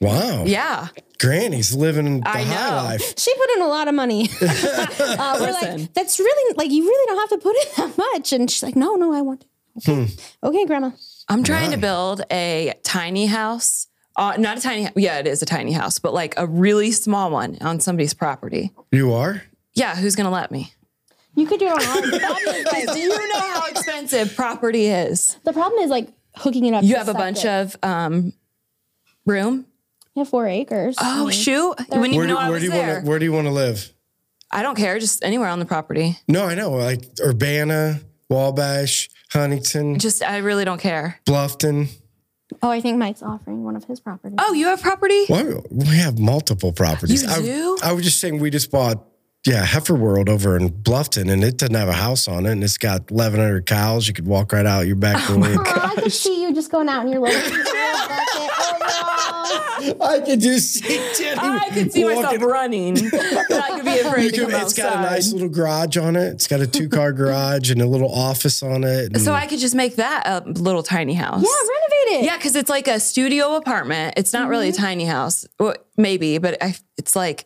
S2: Wow.
S1: yeah.
S2: Granny's living the
S1: I
S2: high
S1: know.
S2: life.
S3: She put in a lot of money. uh, we're
S1: Listen.
S3: like, that's really like you really don't have to put in that much, and she's like, no, no, I want to. Okay, Grandma.
S1: I'm trying to build a tiny house. Uh, not a tiny, hou- yeah, it is a tiny house, but like a really small one on somebody's property.
S2: You are?
S1: Yeah, who's gonna let me?
S3: You could do it on our
S1: Do you know how expensive property is?
S3: The problem is like hooking it up.
S1: You
S3: to
S1: have a bunch
S3: septic.
S1: of um, room.
S3: You have four acres.
S1: Oh shoot! You wouldn't
S2: Where
S1: even
S2: do,
S1: know I
S2: where
S1: was
S2: do you
S1: there.
S2: want to where do you want to live?
S1: I don't care, just anywhere on the property.
S2: No, I know. Like Urbana, Wabash, Huntington,
S1: Just I really don't care.
S2: Bluffton.
S3: Oh, I think Mike's offering one of his properties.
S1: Oh, you have property?
S2: Well, we have multiple properties.
S1: You
S2: I,
S1: do?
S2: I was just saying we just bought, yeah, Heifer World over in Bluffton, and it doesn't have a house on it, and it's got 1,100 cows. You could walk right out your back
S1: Oh
S2: door.
S3: Aw, Oh, I could see you just going out in your little bucket. Oh,
S2: I could just see Jenny
S1: I could see myself
S2: walking-
S1: running. I could be afraid to
S2: You
S1: come
S2: could- It's
S1: outside.
S2: got a nice little garage on it. It's got a two car garage and a little office on it. and-
S1: so I could just make that a little tiny house.
S3: no. yeah, renovate it.
S1: Yeah, because it's like a studio apartment. It's not really a tiny house, well, maybe, but I, it's like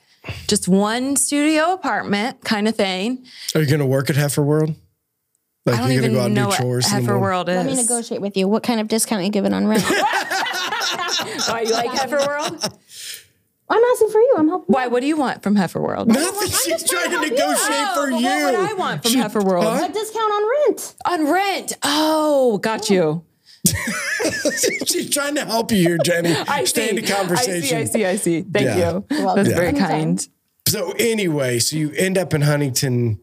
S1: just one studio apartment kind of thing.
S2: Are you going to work at Heifer World? Like
S1: I don't
S2: you're
S1: even
S2: going to go out and
S1: know
S2: do
S1: what
S2: chores in the
S1: Heifer
S2: morning?
S1: World is.
S3: Let me negotiate with you. What kind of discount you giving on rent?
S1: Why you like Heifer World?
S3: I'm asking for you. I'm helping.
S1: Why? What do you want from Heifer World?
S2: Nothing. She's trying to negotiate
S1: Oh,
S2: for
S1: but
S2: you.
S1: What would I want from Heifer World?
S2: Huh?
S3: you. A discount on rent.
S1: On rent. Oh, got you.
S2: She's trying to help you here, Jenny.
S1: I
S2: Stay in
S1: see.
S2: the conversation.
S1: I see. I see. I see. Thank
S2: Yeah.
S1: you.
S3: You're welcome.
S1: That's very
S3: Anytime.
S1: kind.
S2: So anyway, so you end up in Huntington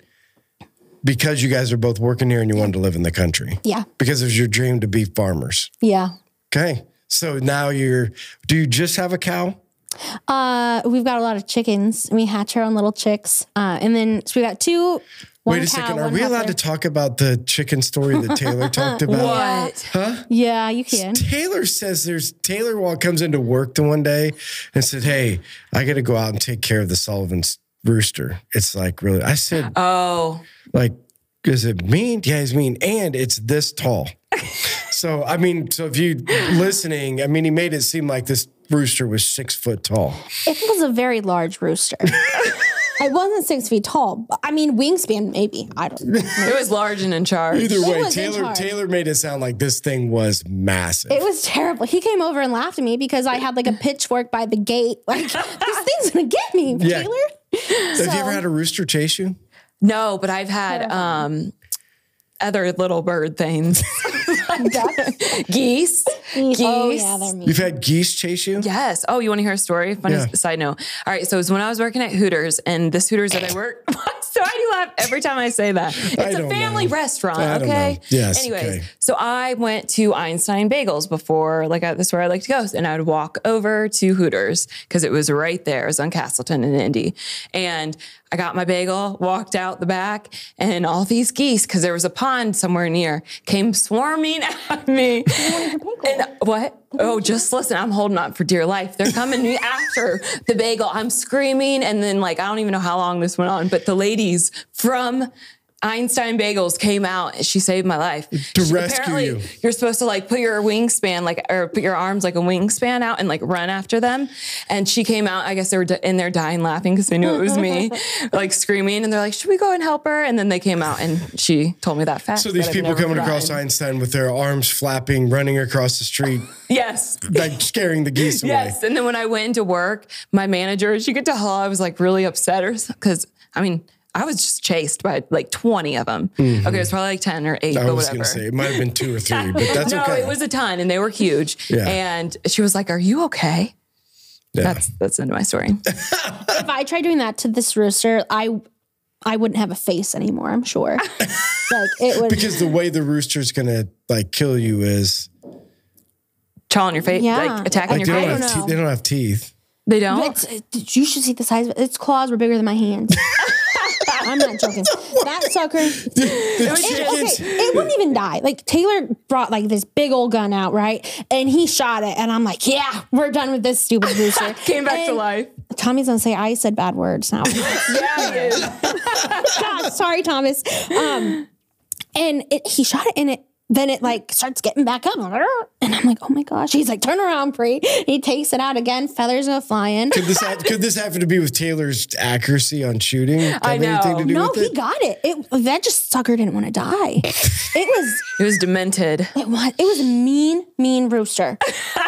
S2: because you guys are both working here and you wanted to live in the country.
S3: Yeah.
S2: Because it was your dream to be farmers.
S3: Yeah.
S2: Okay. So now you're do you just have a cow?
S3: Uh, we've got a lot of chickens. We hatch our own little chicks. Uh, and then so we got two. One
S2: Wait a
S3: cow,
S2: second. Are
S3: one
S2: we allowed
S3: heifer.
S2: to talk about the chicken story that Taylor talked about?
S1: What?
S3: Yeah, you can.
S2: Taylor says there's Taylor Wall comes into work the one day and said, Hey, I gotta go out and take care of the Sullivan's rooster. It's like really I said,
S1: Oh,
S2: like is it mean yeah he's mean and it's this tall so i mean so if you listening i mean he made it seem like this rooster was six foot tall
S3: It was a very large rooster. it wasn't six feet tall. but- I mean, wingspan maybe. I don't. know.
S1: it was large and in charge.
S2: either way
S3: was in
S2: taylor
S3: charge.
S2: taylor made it sound like this thing was massive
S3: It was terrible. He came over and laughed at me because I had like a pitchfork by the gate. Like this thing's gonna get me,
S2: Yeah.
S3: Taylor.
S2: have you ever had a rooster chase you
S1: No, but I've had um, other little bird things. geese. Geese.
S3: Oh yeah, they're mean.
S2: you've had geese chase you
S1: Yes. Oh, you want to hear a story? Funny
S2: Yeah.
S1: side note. All right. So it was when I was working at Hooters, and this Hooters that I work. so I do laugh every time I say that. It's
S2: I
S1: a
S2: don't
S1: family
S2: know.
S1: restaurant.
S2: I don't
S1: okay.
S2: know. Yes,
S1: Anyways,
S2: okay.
S1: so I went to Einstein Bagels before. Like I, that's where I like to go, and I would walk over to Hooters because it was right there. It was on Castleton in Indy, and I got my bagel, walked out the back, and all these geese because there was a pond somewhere near came swarming at me. And what? Oh, just listen, I'm holding on for dear life. They're coming to me after the bagel. I'm screaming. And then, like, I don't even know how long this went on, but the ladies from Einstein Bagels came out and she saved my life. To
S2: rescue you.
S1: You're supposed to, like, put your wingspan, like, or put your arms like a wingspan out and, like, run after them. And she came out. I guess they were di- in there dying laughing because they knew it was me, like, screaming. And they're like, should we go and help her? And then they came out and she told me that fact.
S2: so these
S1: that I've
S2: people
S1: never
S2: coming across
S1: forgotten.
S2: einstein with their arms flapping running across the street
S1: Yes.
S2: like scaring the geese away
S1: Yes. And then when I went into work, my manager, she could tell I was like really upset or because I mean, I was just chased by like 20 of them. Okay, it was probably like 10 or 8,
S2: Mm-hmm. i
S1: but
S2: was
S1: whatever.
S2: gonna say it might have been two or three but that's
S1: no,
S2: okay
S1: it was a ton and they were huge.
S2: Yeah.
S1: And she was like, Are you okay? That's that's the end of my story.
S3: if I tried doing that to this rooster, I I wouldn't have a face anymore. I'm sure. like it would.
S2: Because the way the rooster's gonna like kill you is
S1: Chaw on your face,
S3: Yeah.
S1: like attacking
S2: like they
S1: your
S2: don't,
S1: face.
S2: have
S3: don't know.
S2: te- they don't have teeth.
S1: They don't.
S3: But it's- you should see the size. of it. Its claws were bigger than my hands. I'm not joking. That sucker.
S2: The
S3: It,
S2: chickens.
S3: okay, it wouldn't even die. Like Taylor brought like this big old gun out, right? And he shot it, and I'm like, yeah, we're done with this stupid rooster.
S1: Came back to
S3: And
S1: life.
S3: Tommy's gonna say I said bad words now.
S1: Yeah, it is.
S3: God, sorry, Thomas. Um, and it, he shot it, and it then it like starts getting back up, and I'm like, oh my gosh. He's like, turn around, Pre. He takes it out again. Feathers are flying.
S2: Could this, have, could this happen to be with Taylor's accuracy on shooting? Have
S1: I know.
S2: anything to do
S3: No,
S2: with
S3: he
S2: it?
S3: got it. It that just sucker didn't want to die. It was
S1: It was demented.
S3: it was it was a mean, mean rooster.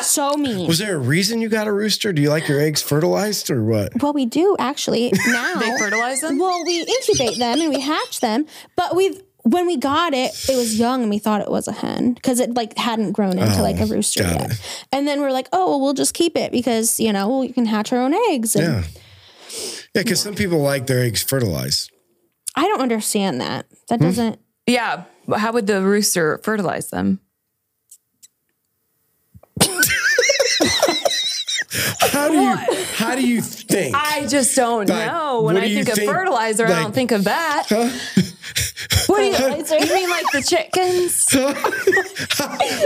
S3: So mean.
S2: Was there a reason you got a rooster? Do you like your eggs fertilized or what?
S3: Well, we do actually now.
S1: They fertilize them?
S3: Well, we incubate them and we hatch them, but we've when we got it, it was young and we thought it was a hen because it like hadn't grown into like
S1: Oh,
S3: a rooster
S2: got
S3: yet.
S2: it.
S3: And then we're like, oh, well, we'll just keep it because you know we can hatch our own eggs. And
S2: Yeah. Yeah, because some people like their eggs fertilized.
S3: I don't understand that. That
S1: Hmm.
S3: doesn't.
S1: Yeah. but How would the rooster fertilize them?
S2: How do you how do you think?
S1: I just don't
S2: Like,
S1: know. When
S2: what
S1: I
S2: do you
S1: think of
S2: think,
S1: fertilizer, I
S2: like-
S1: don't think of that.
S3: What do you?
S1: You mean like the chickens?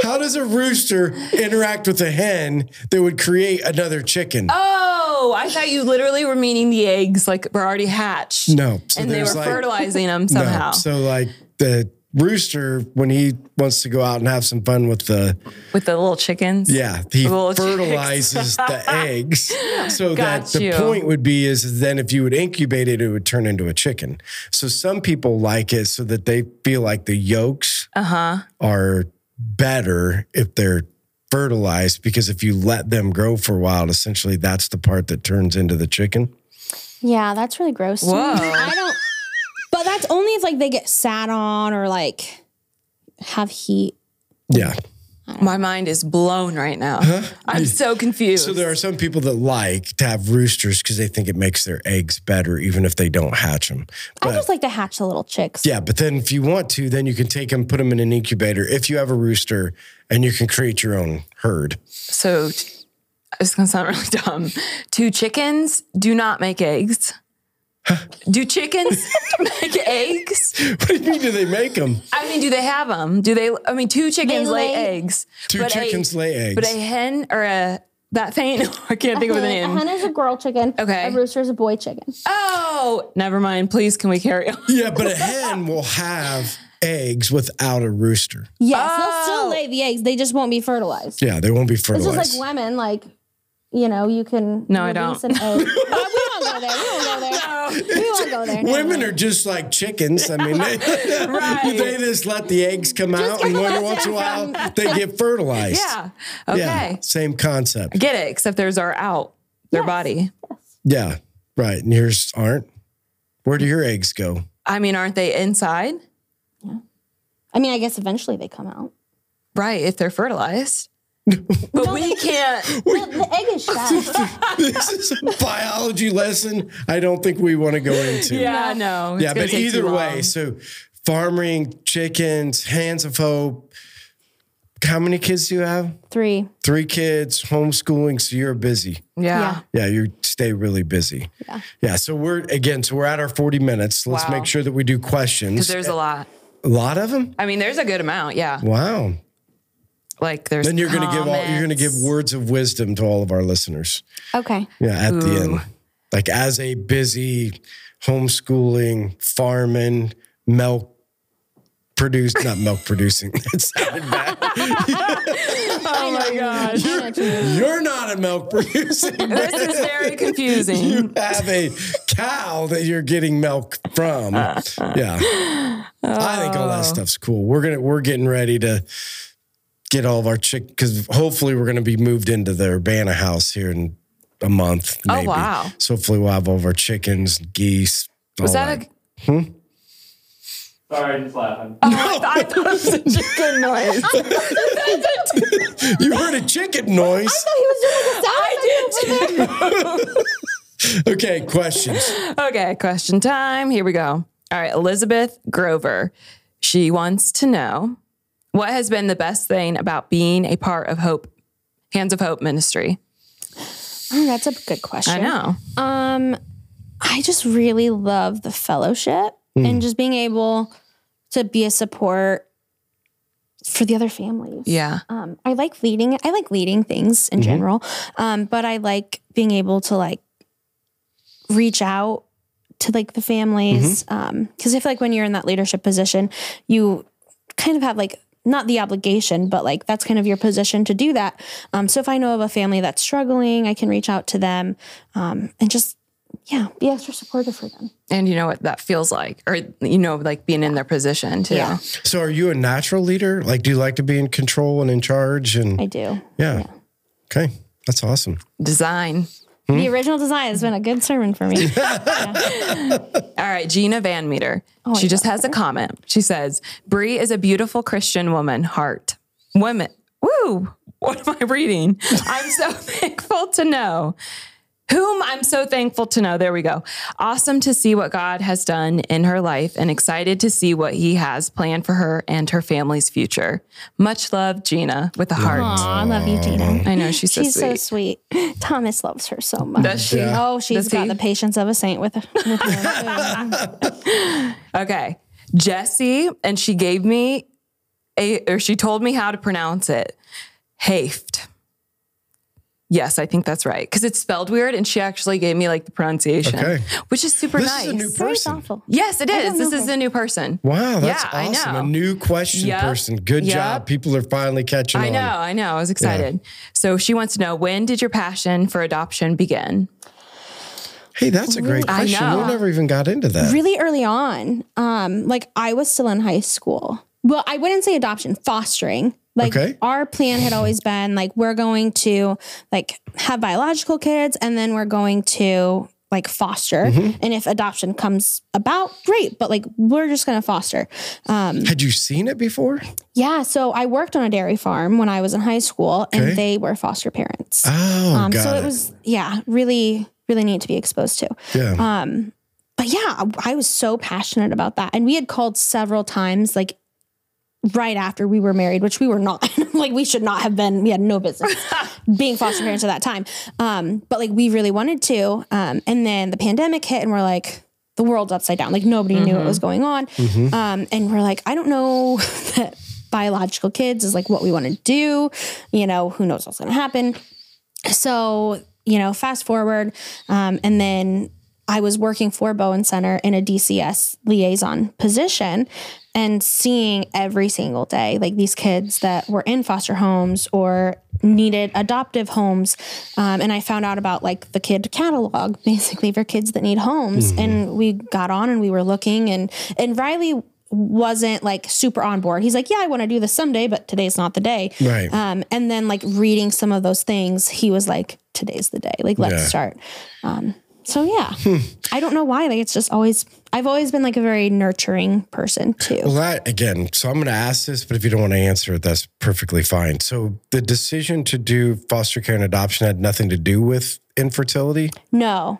S2: How does a rooster interact with a hen that would create another chicken?
S1: Oh, I thought you literally were meaning the eggs, like were already hatched.
S2: no. So
S1: and they were
S2: there's like-
S1: fertilizing them
S2: no.
S1: somehow.
S2: So like the rooster when he wants to go out and have some fun with the
S1: With the little chickens?
S2: yeah he
S1: Little chicks.
S2: fertilizes the eggs so that
S1: Got
S2: the
S1: you.
S2: point would be is then if you would incubate it it would turn into a chicken so some people like it so that they feel like the yolks
S1: Uh huh.
S2: are better if they're fertilized because if you let them grow for a while, essentially that's the part that turns into the chicken.
S3: Yeah, that's really gross. to me.
S1: Whoa.
S3: I don't. But that's only if like they get sat on or like have heat.
S2: Yeah.
S1: My mind is blown right now. I'm so confused.
S2: So there are some people that like to have roosters because they think it makes their eggs better, even if they don't hatch them.
S3: I just like to hatch the little chicks.
S2: Yeah, but then if you want to, then you can take them, put them in an incubator if you have a rooster, and you can create your own herd.
S1: so t- it's gonna sound really dumb. Do chickens do not make eggs? Do chickens make eggs?
S2: What do you mean? Do they make them?
S1: I mean, do they have them? Do they? I mean, two chickens
S3: They
S1: lay,
S3: lay-
S1: eggs.
S2: Two
S1: but a-
S2: chickens lay eggs.
S1: But a hen or a that thing? I can't think of the
S3: A hen
S1: name.
S3: is a girl chicken.
S1: Okay.
S3: A rooster is a boy chicken.
S1: Oh, never mind. Please, can we carry on?
S2: yeah, but a hen will have eggs without a rooster.
S3: Yes, they'll still
S1: Oh.
S3: lay the eggs. They just won't be fertilized.
S2: Yeah, they won't be
S3: It's
S2: fertilized.
S3: just like women, like you know, you can.
S1: No, I
S3: release
S1: don't.
S3: An egg. No, we won't go there. We won't go there. We won't go there. No,
S2: Women
S3: no.
S2: are just like chickens. I mean, they,
S1: Right.
S2: they just let the eggs come out, and when- once in a while they get fertilized.
S1: Yeah. Okay.
S2: Yeah, same concept.
S1: Get it? Except theirs are out their body.
S2: Yeah, right. And yours aren't. Where do your eggs go?
S1: I mean, aren't they inside?
S3: I mean, I guess eventually they come out.
S1: Right, if they're fertilized. but we can't.
S3: The, the egg is shed.
S2: This is a biology lesson. I don't think we want to go into.
S1: Yeah, no.
S2: Yeah, but either way, so farming, chickens, hands of hope. How many kids do you have?
S3: Three.
S2: Three kids, homeschooling. So you're busy.
S1: Yeah.
S3: Yeah.
S2: Yeah, you stay really busy. Yeah. Yeah. So we're again, so we're at our 40 minutes. Let's
S1: Wow.
S2: make sure that we do questions.
S1: Because there's a lot.
S2: a lot of them?
S1: I mean, there's a good amount. Yeah.
S2: Wow.
S1: Like there's.
S2: Then you're gonna give all you're gonna give
S1: comments.
S2: words of wisdom to all of our listeners.
S3: Okay.
S2: Yeah, at the end. Like as a busy homeschooling, farming, milk produce not milk producing. That sounded
S1: Oh my gosh.
S2: bad. You're not a milk producing.
S1: this is very confusing.
S2: you have a cow that you're getting milk from. Yeah. I think
S1: Oh.
S2: all that stuff's cool. We're gonna we're getting ready to get all of our chick because hopefully we're gonna be moved into the Urbana house here in a month.
S1: Oh,
S2: Maybe.
S1: wow.
S2: So hopefully we'll have all of our chickens, geese.
S1: Was
S2: all
S1: that a.
S4: Sorry, just laughing.
S1: Oh, I, thought, I thought it was a chicken noise.
S2: you heard a chicken noise?
S3: He was doing like a sound.
S1: I did
S2: Okay, questions.
S1: Okay, question time. Here we go. All right, Elizabeth Grover. She wants to know what has been the best thing about being a part of Hope Hands of Hope Ministry.
S3: Oh, that's a good question.
S1: I know.
S3: Um, I just really love the fellowship and just being able to be a support for the other families.
S1: Yeah.
S3: Um, I like leading it. I like leading things in general. Um, but I like being able to like reach out to like the families. Um, cause I feel like when you're in that leadership position, you kind of have like not the obligation, but like that's kind of your position to do that. Um, so if I know of a family that's struggling, I can reach out to them um, and just yeah, be extra supportive for them.
S1: And you know what that feels like, or you know, like being in their position too.
S3: Yeah.
S2: So, are you a natural leader? Like, do you like to be in control and in charge? And
S3: I do.
S2: yeah. Okay, that's awesome.
S1: Design.
S3: The original design has been a good sermon for me.
S1: All right, Gina Van Meter.
S3: Oh,
S1: she just has a comment. She says, Bree is a beautiful Christian woman, heart. Women. Woo! What am I reading? I'm so thankful to know. Whom I'm so thankful to know. There we go. Awesome to see what God has done in her life and excited to see what he has planned for her and her family's future. Much love, Gina, with a heart.
S3: Aw, I love you, Gina.
S1: I know she's so
S3: she's
S1: sweet.
S3: so sweet. Thomas loves her so much.
S1: Does she? Yeah.
S3: Oh, she's
S1: Does
S3: got
S1: he?
S3: the patience of a saint with, with her. Yeah.
S1: Okay. Jesse, and she gave me a, or she told me how to pronounce it. Haft. Yes, I think that's right. Cause it's spelled weird. And she actually gave me like the pronunciation,
S2: Okay.
S1: which is super
S2: This
S1: nice.
S2: is a new
S3: So it's
S2: person.
S3: awful.
S1: yes, it is.
S3: don't
S1: This
S3: know
S1: is
S3: her.
S1: a new person.
S2: Wow, that's
S1: Yeah, I
S2: awesome. A
S1: know.
S2: new question
S1: Yep.
S2: person. Good
S1: Yep.
S2: job. People are finally catching
S1: I
S2: on.
S1: know, I know. I was excited. So she wants to know when did your passion for adoption begin?
S2: Hey, that's a great
S1: I
S2: question.
S1: know.
S2: We never even got into that.
S3: Really early on, um, like I was still in high school. Well, I wouldn't say adoption, fostering. Like
S2: Okay.
S3: our plan had always been like we're going to like have biological kids and then we're going to like foster.
S1: Mm-hmm.
S3: And if adoption comes about, great. But like we're just gonna foster. Um,
S2: Had you seen it before?
S3: Yeah, so I worked on a dairy farm when I was in high school,
S2: Okay.
S3: and they were foster parents.
S2: Oh,
S3: um,
S2: got
S3: so
S2: it.
S3: it was yeah, really, really neat to be exposed to.
S2: yeah.
S1: uh,
S3: But yeah, I- I was so passionate about that, and we had called several times, like right after we were married, which we were not. like we should not have been. We had no business being foster parents at that time. Um, but like we really wanted to, um, and then the pandemic hit, and we're like. The world's upside down. Like nobody knew what was
S2: Mm-hmm.
S3: going on. Um, and we're like, I don't know that biological kids is like what we want to do. You know, who knows what's going to happen. So, you know, fast forward. Um, and then I was working for Bowen Center in a DCS liaison position and seeing every single day, like these kids that were in foster homes or needed adoptive homes. Um, and I found out about like the kid catalog basically for kids that need homes. And we got on and we were looking and, and Riley wasn't like super on board. He's like, yeah, I want to do this someday, but today's not the day.
S2: Right.
S3: Um, and then like reading some of those things, he was like, "Today's the day. Like, let's
S2: Yeah. Hmm.
S3: start." Um, so yeah, I don't know why. Like, it's just always I've always been like a very nurturing person too.
S2: Well, that again, so I'm going to ask this, but if you don't want to answer it, that's perfectly fine. So the decision to do foster care and adoption had nothing to do with infertility.
S3: No,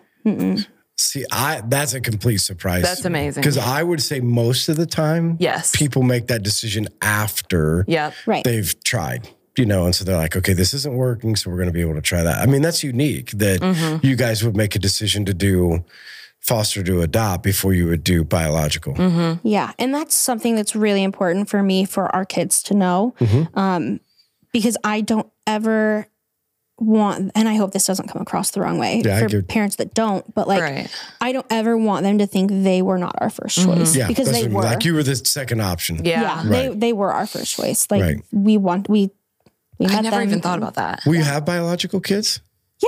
S2: See, I that's a complete surprise.
S1: That's amazing.
S2: Because I would say most of the time,
S1: Yes.
S2: people make that decision after
S1: Yep.
S3: right?
S2: they've tried. You know, and so they're like, okay, this isn't working, so we're going to be able to try that. I mean, that's unique that
S3: Mm-hmm.
S2: you guys would make a decision to do foster to adopt before you would do biological.
S3: Mm-hmm. Yeah, and that's something that's really important for me for our kids to know,
S2: Mm-hmm.
S3: um, because I don't ever want, and I hope this doesn't come across the wrong way
S2: Yeah, I
S3: for
S2: get-
S3: parents that don't, but like
S1: Right.
S3: I don't ever want them to think they were not our first choice
S2: Yeah,
S3: because
S2: that's what I
S3: they
S2: mean.
S3: were.
S2: like you were the second option.
S1: Yeah.
S3: yeah, they they were our first choice. Like
S2: Right.
S3: we want we we
S1: I
S3: met
S1: never
S3: them.
S1: even thought about that.
S2: Will you have biological kids?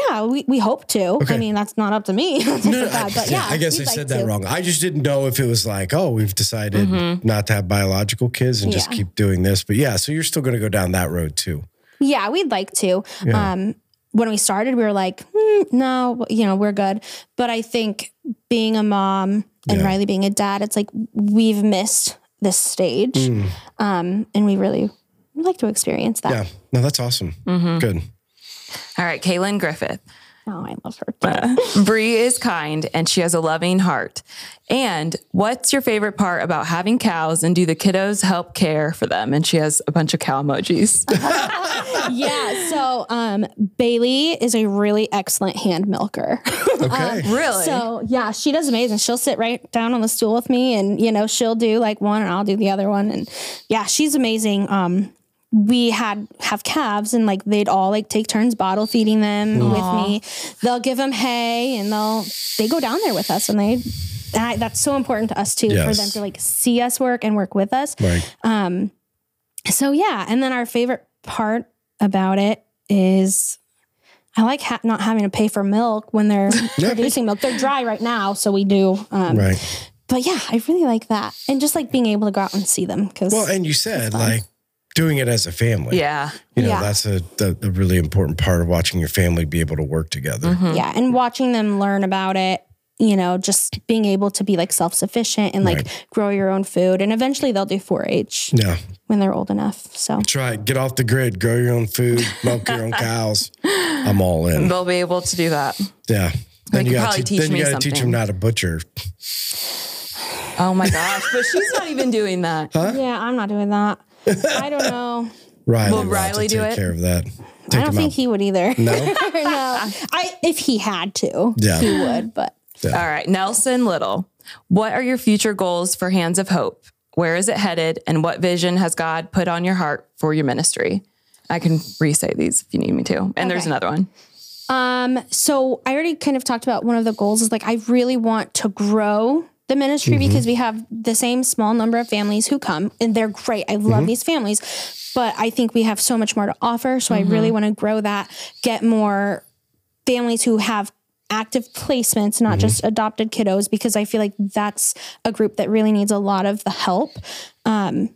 S3: Yeah, we, we hope to. I mean, that's not up to me. That's up to God, but yeah,
S2: I guess
S3: we'd
S2: I
S3: like
S2: said that
S3: to.
S2: wrong. I just didn't know if it was like, oh, we've decided not to have biological kids and just
S3: Mm-hmm. Yeah.
S2: keep doing this. But yeah, so you're still going to go down that road too.
S3: Yeah, we'd like to. Um, when we started, we were like, "Hmm, no, you know, we're good. But I think being a mom and
S2: Yeah.
S3: Riley being a dad, it's like we've missed this stage,
S2: Mm.
S3: um, and we really like to experience that. Mm-hmm.
S2: Yeah. No, that's awesome. Good.
S1: All right, Kaylin Griffith.
S3: Oh, I love her.
S1: Bree is kind and she has a loving heart. And what's your favorite part about having cows and do the kiddos help care for them? And she has a bunch of cow emojis.
S3: yeah. So um, Bailey is a really excellent hand milker.
S2: Okay.
S1: really?
S3: So yeah, she does amazing. She'll sit right down on the stool with me, and you know she'll do like one, and I'll do the other one, and yeah, she's amazing. Um, we had have calves, and like they'd all like take turns bottle feeding them with me. They'll give them hay, and they'll they go down there with us, and they. And I, that's so important to us too, for them
S2: Yes.
S3: to like see us work and work with us.
S2: right.
S3: Um, So yeah, and then our favorite part about it is I like ha- not having to pay for milk when they're producing milk. They're dry right now, so we do. Um,
S2: Right.
S3: But yeah, I really like that, and just like being able to go out and see them because
S2: Well, and you said like doing it as a family.
S1: yeah.
S2: You know,
S3: Yeah.
S2: that's a, the, a really important part of watching your family be able to work together.
S1: Mm-hmm.
S3: yeah, and watching them learn about it. You know, just being able to be like self sufficient and like grow your own food, and eventually they'll do 4-H
S2: Yeah.
S3: when they're old enough. So
S2: Try it. Get off the grid, grow your own food, milk your own cows. I'm all in.
S1: They'll be able to do that.
S2: Yeah. Then
S1: could
S2: you gotta,
S1: probably
S2: te-
S1: teach
S2: then
S1: me
S2: you gotta teach them
S1: something.
S2: how to butcher.
S1: Oh my gosh. But she's not even doing that.
S3: yeah, I'm not doing that. I don't know.
S2: Riley will
S1: Riley
S2: have to
S1: do
S2: take
S1: it?
S2: care of that.
S3: I
S2: Take
S3: don't
S2: him
S3: think
S2: out.
S3: he would either.
S2: No?
S3: no, I if he had to,
S2: Yeah.
S3: he would. But
S1: All right. Nelson Little, what are your future goals for Hands of Hope? Where is it headed? And what vision has God put on your heart for your ministry? I can re say these if you need me to. And there's
S3: Okay.
S1: another one.
S3: um, so I already kind of talked about one of the goals is like I really want to grow the ministry because we have the same small number of families who come and they're great. I love these families, but I think we have so much more to offer. So I really want to grow that, get more families who have active placements, not just adopted kiddos, because I feel like that's a group that really needs a lot of the help. Um,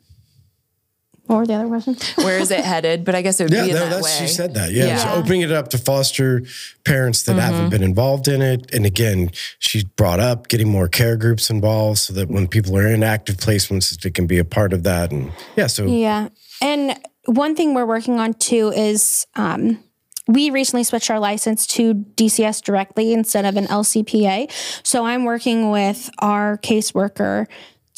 S3: what were the other questions?
S1: Where is it headed? But I guess it would
S2: Yeah,
S1: be in
S2: no,
S1: that
S2: that's
S1: way.
S2: she said that. Yeah, so
S1: Yeah. Mm-hmm.
S2: opening it up to foster parents that haven't been involved in it, and again, she brought up getting more care groups involved so that when people are in active placements, they can be a part of that. And yeah, so
S3: Yeah. And one thing we're working on too is um, we recently switched our license to DCS directly instead of an LCPA. So I'm working with our caseworker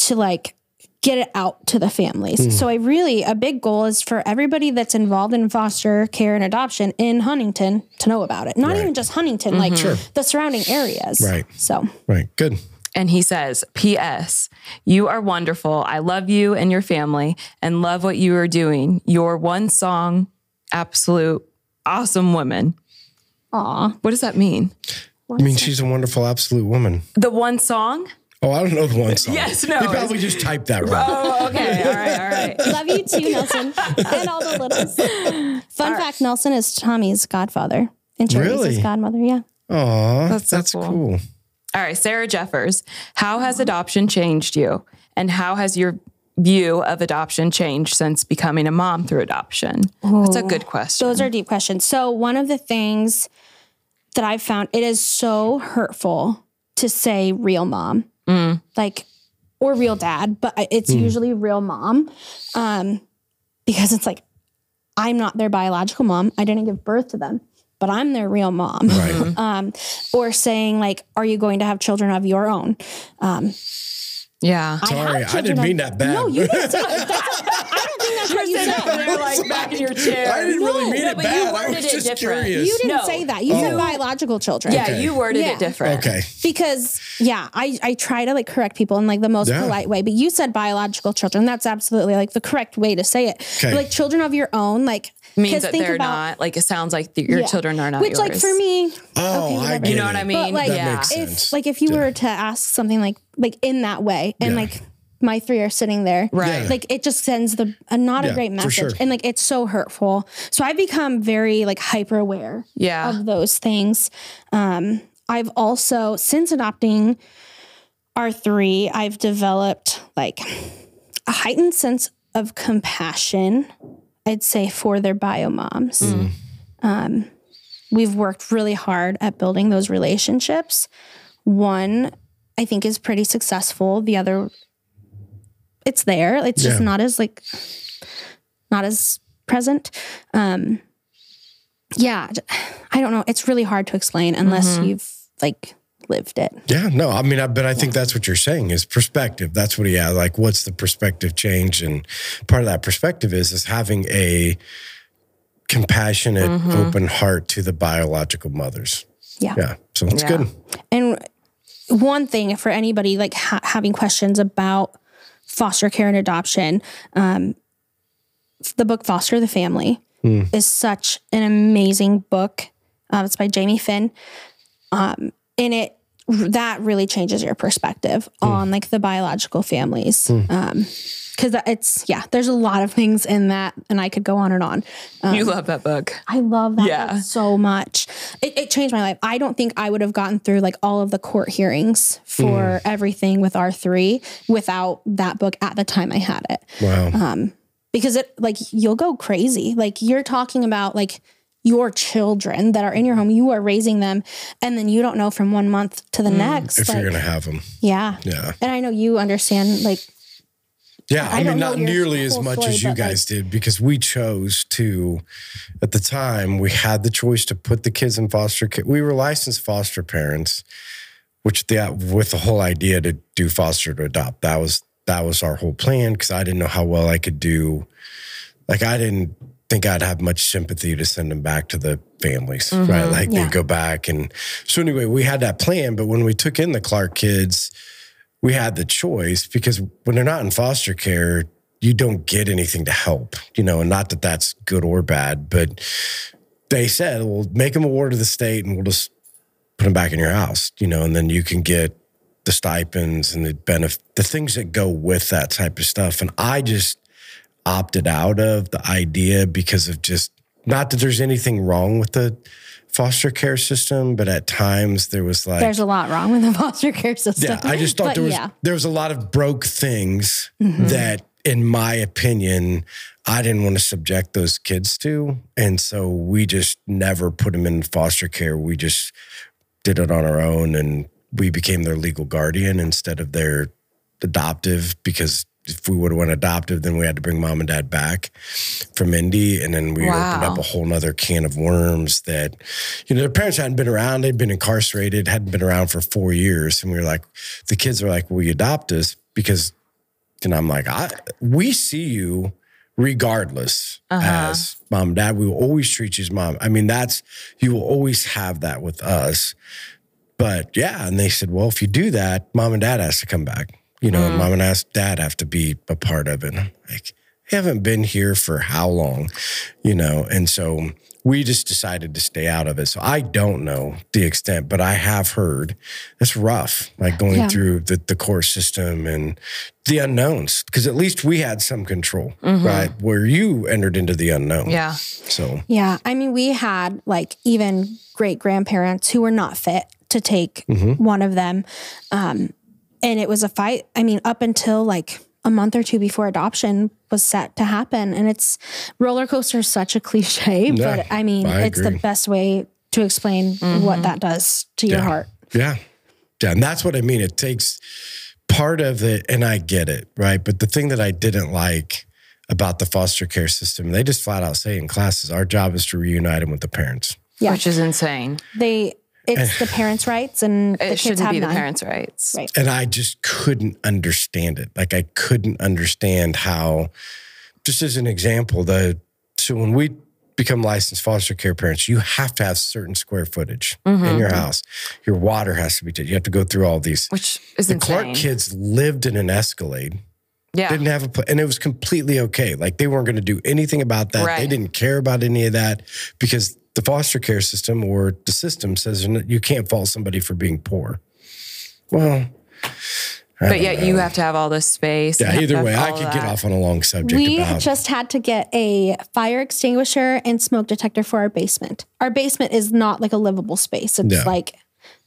S3: to like get it out to the families. So I really a big goal is for everybody that's involved in foster care and adoption in Huntington to know about it. Not even just Huntington, like the surrounding areas.
S2: Right.
S3: So
S2: right, good.
S1: And he says, P.S., you are wonderful. I love you and your family and love what you are doing. Your one song, absolute awesome woman.
S3: aw.
S1: What does that mean?
S2: I mean, she's a wonderful, absolute woman.
S1: The one song?
S2: Oh, I don't know the one song.
S1: Yes, no,
S2: They
S1: it's-
S2: probably just typed that wrong.
S1: Oh, okay. All right. All right.
S3: Love you too, Nelson. and all the littles. Fun fact Nelson is Tommy's godfather. And Cherry's
S2: Really?
S3: his godmother, yeah.
S2: Aw, that's,
S1: That's so
S2: cool.
S1: cool. All right, Sarah Jeffers, how has adoption changed you? And how has your view of adoption changed since becoming a mom through adoption? That's a good question.
S3: Those are deep questions. So one of the things that I've found it is so hurtful to say real mom.
S2: Mm.
S3: Like or real dad, but I- it's usually real mom. Um because it's like I'm not their biological mom. I didn't give birth to them, but I'm their real mom.
S2: Right.
S3: Um or saying like are you going to have children of your own? Um
S1: yeah.
S3: have
S2: Sorry, I
S3: children
S2: didn't
S3: of-
S2: mean that bad.
S3: No, you didn't. say- That's, I don't think that's what you said.
S1: They're like back in your chair.
S2: I didn't really mean
S1: No,
S2: it
S1: but
S2: bad.
S1: you
S2: I
S1: worded
S2: was
S1: it
S2: just Oh.
S1: different.
S2: curious.
S3: You didn't
S1: No.
S3: say that. You said biological children.
S1: Yeah,
S2: Okay.
S1: you worded
S3: Yeah.
S1: it different.
S2: Okay.
S3: Because yeah, I, I try to like correct people in like the most
S2: Yeah.
S3: polite way, but you said biological children. That's absolutely like the correct way to say it.
S2: Okay.
S3: Like children of your own, like
S1: Means
S3: 'cause
S1: that
S3: think
S1: they're
S3: about-
S1: not like it sounds like th- your
S3: yeah.
S1: children are not
S3: Which
S1: yours.
S3: like for me,
S2: Oh,
S3: Okay,
S2: I
S3: whatever.
S2: get
S1: you know
S2: it.
S1: what I
S3: but
S1: mean?
S3: like
S1: yeah.
S2: makes sense.
S3: if like if you were to ask something like like in that way and
S2: Yeah.
S3: like my three are sitting there
S1: Right.
S2: Yeah.
S3: like it just sends the a not
S2: Yeah,
S3: a great
S2: for
S3: message
S2: sure.
S3: and like it's so hurtful so i've become very like hyper aware
S1: Yeah.
S3: of those things um i've also since adopting our three i've developed like a heightened sense of compassion i'd say for their bio moms
S1: Mm.
S3: um we've worked really hard at building those relationships one I think is pretty successful. The other, it's there. It's just
S2: Yeah.
S3: not as like, not as present. Um, yeah, j- I don't know. It's really hard to explain unless you've like lived it.
S2: Yeah, no, I mean, I, but I think that's what you're saying is perspective. That's what he had. Like, what's the perspective change? And part of that perspective is is having a compassionate, open heart to the biological mothers.
S3: Mm-hmm. Yeah.
S2: Yeah, so it's
S1: Yeah.
S2: good.
S3: And one thing for anybody like ha- having questions about foster care and adoption, um, the book Foster the Family is such an amazing book. Um, it's by Jamie Finn, um, and it that really changes your perspective on like the biological families. Um, because it's yeah, there's a lot of things in that, and I could go on and on. um,
S1: you love that book.
S3: I love that
S1: Yeah.
S3: book so much. It, it changed my life. I don't think I would have gotten through like all of the court hearings for everything with R3 without that book at the time I had it.
S2: Wow.
S3: Uh-huh. Because it like you'll go crazy. Like you're talking about like your children that are in your home, you are raising them, and then you don't know from one month to the next.
S2: if
S3: like,
S2: you're gonna have them,
S3: yeah.
S2: yeah,
S3: And I know you understand like
S2: yeah. I,
S3: I
S2: mean,
S3: don't know
S2: not
S3: your
S2: nearly as
S3: whole
S2: much
S3: story,
S2: as you
S3: but, like-
S2: guys did because we chose to. At the time, we had the choice to put the kids in foster care. We were licensed foster parents, which the with the whole idea to do foster to adopt. That was that was our whole plan because I didn't know how well I could do. Like I didn't think I'd have much sympathy to send them back to the families, right? Like
S3: Yeah.
S2: they go back and so anyway, we had that plan. But when we took in the Clark kids, we had the choice because when they're not in foster care, you don't get anything to help, you know, and not that that's good or bad, but they said, well, make them a ward of the state and we'll just put them back in your house, you know, and then you can get the stipends and the benefit, the things that go with that type of stuff. And I just opted out of the idea because of just not that there's anything wrong with the foster care system, but at times there was like,
S3: there's a lot wrong with the foster care system.
S2: yeah, I just thought
S3: But
S2: there was
S3: yeah. Mm-hmm.
S2: there was a lot of broke things that, in my opinion, I didn't want to subject those kids to, and so we just never put them in foster care. We just did it on our own, and we became their legal guardian instead of their adoptive because. If we would have went adoptive, then we had to bring mom and dad back from Indy, and then we opened
S1: Wow.
S2: up a whole nother can of worms that you know, their parents hadn't been around. They'd been incarcerated, hadn't been around for four years. And we were like, the kids were like, will you adopt us? Because, you know, I'm like, I, we see you regardless as mom and dad. We will always treat you as mom. I mean, that's, you will always have that with us. But yeah. And they said, well, if you do that, mom and dad has to come back. You know, and mom and ass- dad have to be a part of it. And I'm like, I haven't been here for how long, you know? And so we just decided to stay out of it. So I don't know the extent, but I have heard it's rough, like going
S3: Yeah.
S2: through the, the core system and the unknowns, because at least we had some control, right? Where you entered into the unknown.
S1: Yeah.
S2: So
S3: Yeah. I mean, we had like even great grandparents who were not fit to take
S2: Mm-hmm.
S3: one of them. Um, and it was a fight. I mean, up until like a month or two before adoption was set to happen. And it's roller coaster is such a cliche,
S2: Yeah,
S3: but I mean,
S2: I
S3: it's the
S2: agree.
S3: best way to explain
S1: Mm-hmm.
S3: what that does to your
S2: Yeah.
S3: heart.
S2: Yeah. Yeah. And that's what I mean. It takes part of it, and I get it, right? But the thing that I didn't like about the foster care system, they just flat out say in classes, our job is to reunite them with the parents.
S3: Yeah.
S1: Which is insane.
S3: They, it's the parents' rights and the
S1: It
S3: kids
S1: shouldn't
S3: have
S1: be the
S3: none.
S1: parents' rights.
S3: Right.
S2: And I just couldn't understand it. Like I couldn't understand how, just as an example, the so when we become licensed foster care parents, you have to have certain square footage in your house. Your water has to be, you have to go through all these.
S1: Mm-hmm. Which is
S2: The
S1: insane.
S2: Clark kids lived in an Escalade.
S1: yeah.
S2: didn't have a plan and it was completely okay like they weren't going to do anything about that they
S1: Right.
S2: didn't care about any of that because the foster care system or the system says you can't fault somebody for being poor well
S1: But yet you have to have all this space.
S2: yeah,
S1: and
S2: either
S1: have
S2: way i
S1: all
S2: could get
S1: that.
S2: off on a long subject
S3: We
S2: about
S3: just had to get a fire extinguisher and smoke detector for our basement. Our basement is not like a livable space. It's
S2: No.
S3: like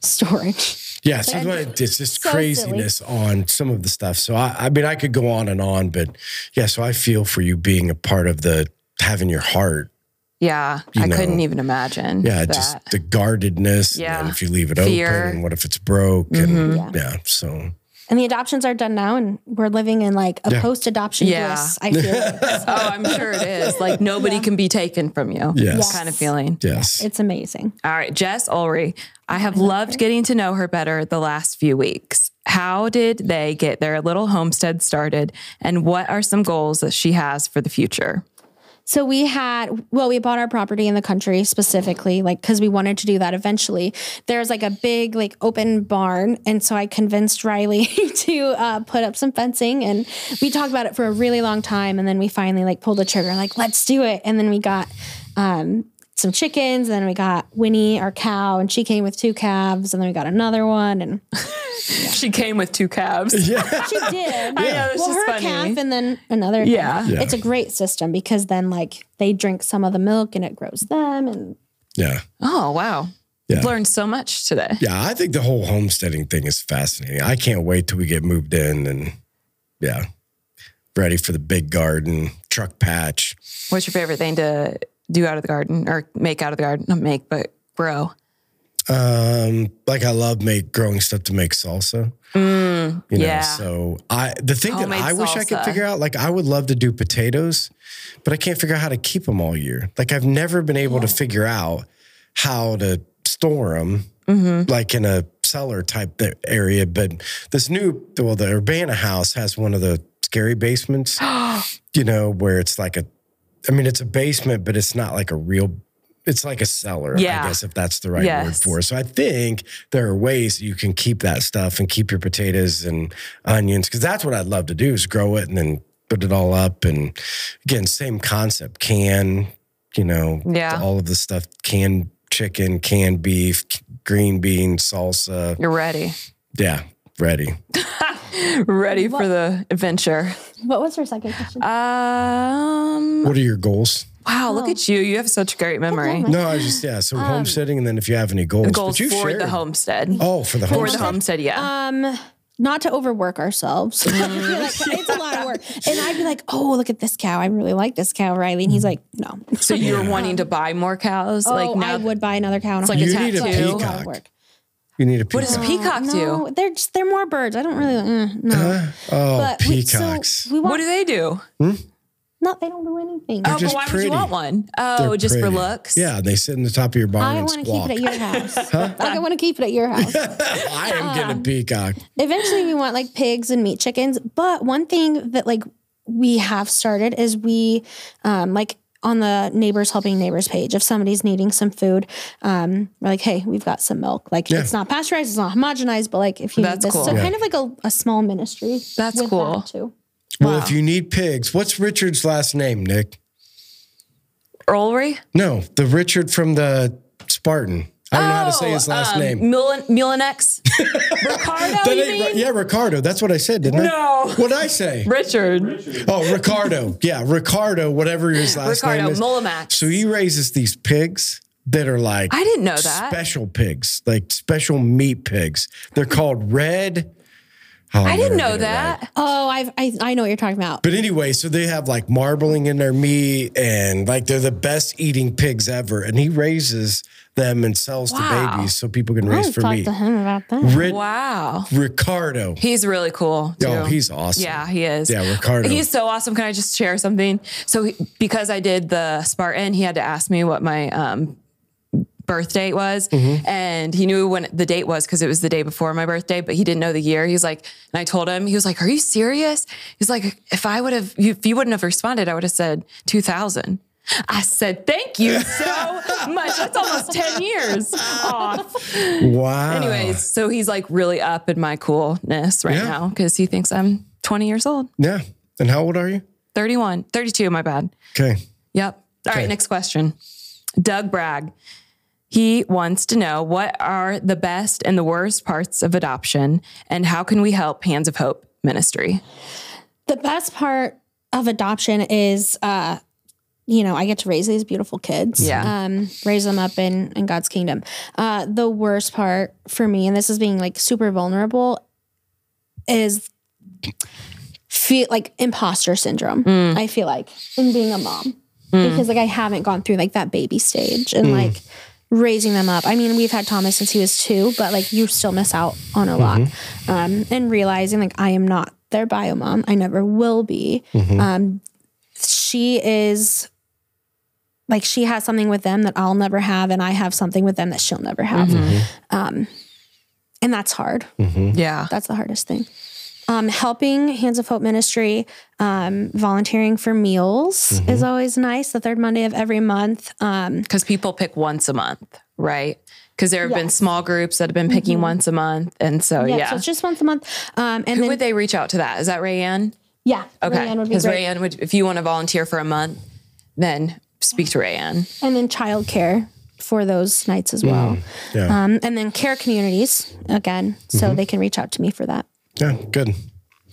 S3: storage.
S2: yeah so what- it's just
S3: So silly.
S2: craziness on some of the stuff so I, I mean i could go on and on but yeah so i feel for you being a part of the having your heart
S1: Yeah.
S2: you
S1: I couldn't
S2: know.
S1: even imagine.
S2: yeah
S1: that.
S2: just the guardedness and then
S1: Yeah.
S2: if you leave it
S1: Fear. Mm-hmm.
S2: open and what if it's broke and
S3: Yeah.
S2: yeah so
S3: And the adoptions are done now, and we're living in like a
S2: Yeah.
S3: post-adoption
S1: Yeah.
S3: bliss. I feel like.
S1: Oh, I'm sure it is. Like nobody can be taken from you.
S2: Yes.
S1: Kind of feeling.
S2: Yes.
S3: it's amazing.
S1: All right, Jess Ulrey. I have loved getting to know her better the last few weeks. How did they get their little homestead started, and what are some goals that she has for the future?
S3: So we had, well, we bought our property in the country specifically, like, because we wanted to do that eventually. There's like a big, like, open barn. And so I convinced Riley to uh, put up some fencing. And we talked about it for a really long time. And then we finally, like, pulled the trigger, like, let's do it. And then we got um, some chickens. And then we got Winnie, our cow, and she came with two calves. And then we got another one. And
S1: She came with two calves.
S3: she
S1: I
S3: did.
S1: know, this
S3: well,
S1: is
S3: her
S1: funny.
S3: calf and then another. calf.
S1: Yeah. Yeah.
S3: It's a great system because then like they drink some of the milk and it grows them and
S2: Yeah.
S1: Oh wow.
S2: Yeah.
S1: Learned so much today.
S2: Yeah. I think the whole homesteading thing is fascinating. I can't wait till we get moved in and yeah, ready for the big garden, truck patch.
S1: What's your favorite thing to do out of the garden or make out of the garden? Not make, but grow.
S2: Um, like I love make growing stuff to make salsa. you know,
S1: Mm, yeah.
S2: so I the thing
S1: Homemade
S2: that I wish I could
S1: salsa.
S2: figure out, like I would love to do potatoes, but I can't figure out how to keep them all year. Like I've never been able to figure out how to store them
S1: Mm-hmm.
S2: like in a cellar type th- area. But this new well, the Urbana house has one of the scary basements, you know, where it's like a I mean, it's a basement, but it's not like a real it's like a cellar,
S1: Yeah.
S2: I guess, if that's the right word
S1: Yes.
S2: for it. So I think there are ways that you can keep that stuff and keep your potatoes and onions because that's what I'd love to do is grow it and then put it all up. And again, same concept: can you know,
S1: Yeah.
S2: all of the stuff canned chicken, canned beef, c- green beans, salsa.
S1: You're ready.
S2: Yeah, ready.
S1: Ready for the adventure.
S3: what was her second question?
S1: Uh, Um
S2: What are your goals?
S1: wow, look Oh. at you. You have such great memory.
S2: No, I was just yeah. So homesteading, and then if you have any goals,
S1: Um, Goals
S2: but you
S1: for
S2: shared-
S1: the homestead.
S2: Oh, for the
S1: for the
S2: homestead.
S1: homestead, yeah.
S3: um not to overwork ourselves. You're like, it's a lot of work. And I'd be like, oh, look at this cow. I really like this cow, Riley. And he's like, no.
S1: so you're wanting to buy more cows?
S3: Oh,
S1: like now
S3: I would buy another cow. And
S1: like
S2: you
S1: a
S2: need a
S1: tattoo.
S3: It's a lot
S2: peacock.
S3: of work.
S2: You need a
S1: What does
S2: peacock.
S1: peacock
S3: No,
S1: do?
S3: they're just, they're more birds. I don't really, mm, no.
S2: oh,
S3: we- so
S2: peacocks.
S3: we want,
S1: What do they do?
S3: no, they don't do anything.
S1: Oh, but
S2: just
S1: why would
S2: pretty.
S1: you want one? Oh,
S2: They're
S1: just for
S2: pretty.
S1: looks?
S2: Yeah, they sit in the top of your barn
S3: I
S2: and
S3: want to keep
S2: squawk.
S3: it at your house. Like, I want to keep it at your house.
S2: I am
S1: Um,
S2: getting a peacock.
S3: Eventually, we want like pigs and meat chickens. But one thing that like we have started is we um, like on the neighbors helping neighbors page. If somebody's needing some food, um, we're like, hey, we've got some milk. Like it's not pasteurized, it's not homogenized, but like if you
S1: That's
S3: need this,
S1: cool.
S3: so
S1: Yeah.
S3: kind of like a, a small ministry.
S1: That's
S3: with
S1: cool.
S3: that, too.
S2: Well, if you need pigs, what's Richard's last name, Nick?
S1: Earlry?
S2: No, the Richard from the Spartan. I don't know how to say
S1: Oh,
S2: his last name.
S1: Mullen Mullinex? Ricardo,
S2: That
S1: um, you
S2: ain't Ri-
S1: mean?
S2: yeah, Ricardo. That's what I said, didn't I?
S1: No.
S2: What'd I say?
S1: Richard.
S2: Oh, Ricardo. Yeah, Ricardo, whatever his last
S1: Ricardo
S2: name is.
S1: Mullamax.
S2: So he raises these pigs that are like
S1: I didn't know that.
S2: special pigs, like special meat pigs. They're called red. Oh, I'm
S1: I didn't know
S2: never gonna get it right.
S1: that.
S3: Oh, I've, I I know what you're talking about.
S2: But anyway, so they have like marbling in their meat and like they're the best eating pigs ever. And he raises them and sells
S1: Wow.
S2: to babies so people can
S3: I
S2: raise
S3: talked
S2: for meat.
S3: to him about that.
S2: Ri-
S1: Wow.
S2: Ricardo.
S1: He's really cool. Too.
S2: Oh, he's awesome.
S1: Yeah, he is.
S2: Yeah, Ricardo.
S1: He's so awesome. Can I just share something? So, he, because I did the Spartan, he had to ask me what my um, birth date was.
S2: Mm-hmm.
S1: And he knew when the date was because it was the day before my birthday, but he didn't know the year. He was like, and I told him, he was like, Are you serious? He's like, If I would have, if you wouldn't have responded, I would have said 2000. I said, Thank you so much. That's almost 10 years off.
S2: Wow.
S1: Anyways, so he's like really up in my coolness right
S2: Yeah.
S1: now because he thinks I'm 20 years old,
S2: Yeah. And how old are you?
S1: 31, 32, my bad.
S2: Okay.
S1: Yep. All right,
S2: Okay.
S1: next question. Doug Bragg. He wants to know what are the best and the worst parts of adoption and how can we help Hands of Hope ministry?
S3: the best part of adoption is uh you know i get to raise these beautiful kids
S1: Yeah.
S3: um raise them up in in god's kingdom uh the worst part for me and this is being like super vulnerable is feel like imposter syndrome i feel like in being a mom because like i haven't gone through like that baby stage and like raising them up. I mean, we've had Thomas since he was two, but like you still miss out on a lot. Um, and realizing like I am not their bio mom. I never will be. Um, she is like she has something with them that I'll never have, and I have something with them that she'll never have. Um, and that's hard.
S1: Yeah.
S3: That's the hardest thing. Um, helping Hands of Hope Ministry, um, volunteering for meals
S2: Mm-hmm.
S3: is always nice. The third Monday of every month. Um,
S1: Because people pick once a month, right? Because there have been small groups that have been picking once a month. And so,
S3: Mm-hmm. yeah,
S1: yeah.
S3: so it's just once a month. Um, and
S1: Who
S3: then
S1: would they reach out to that? Is that Rayanne?
S3: yeah,
S1: Okay.
S3: Rayanne would be
S1: Because
S3: great.
S1: Rayanne would, if you want to volunteer for a month, then speak to Rayanne.
S3: and then childcare for those nights as well.
S2: Mm, Yeah. Mm-hmm.
S3: Um, and then care communities again, so they can reach out to me for that.
S2: yeah. Good.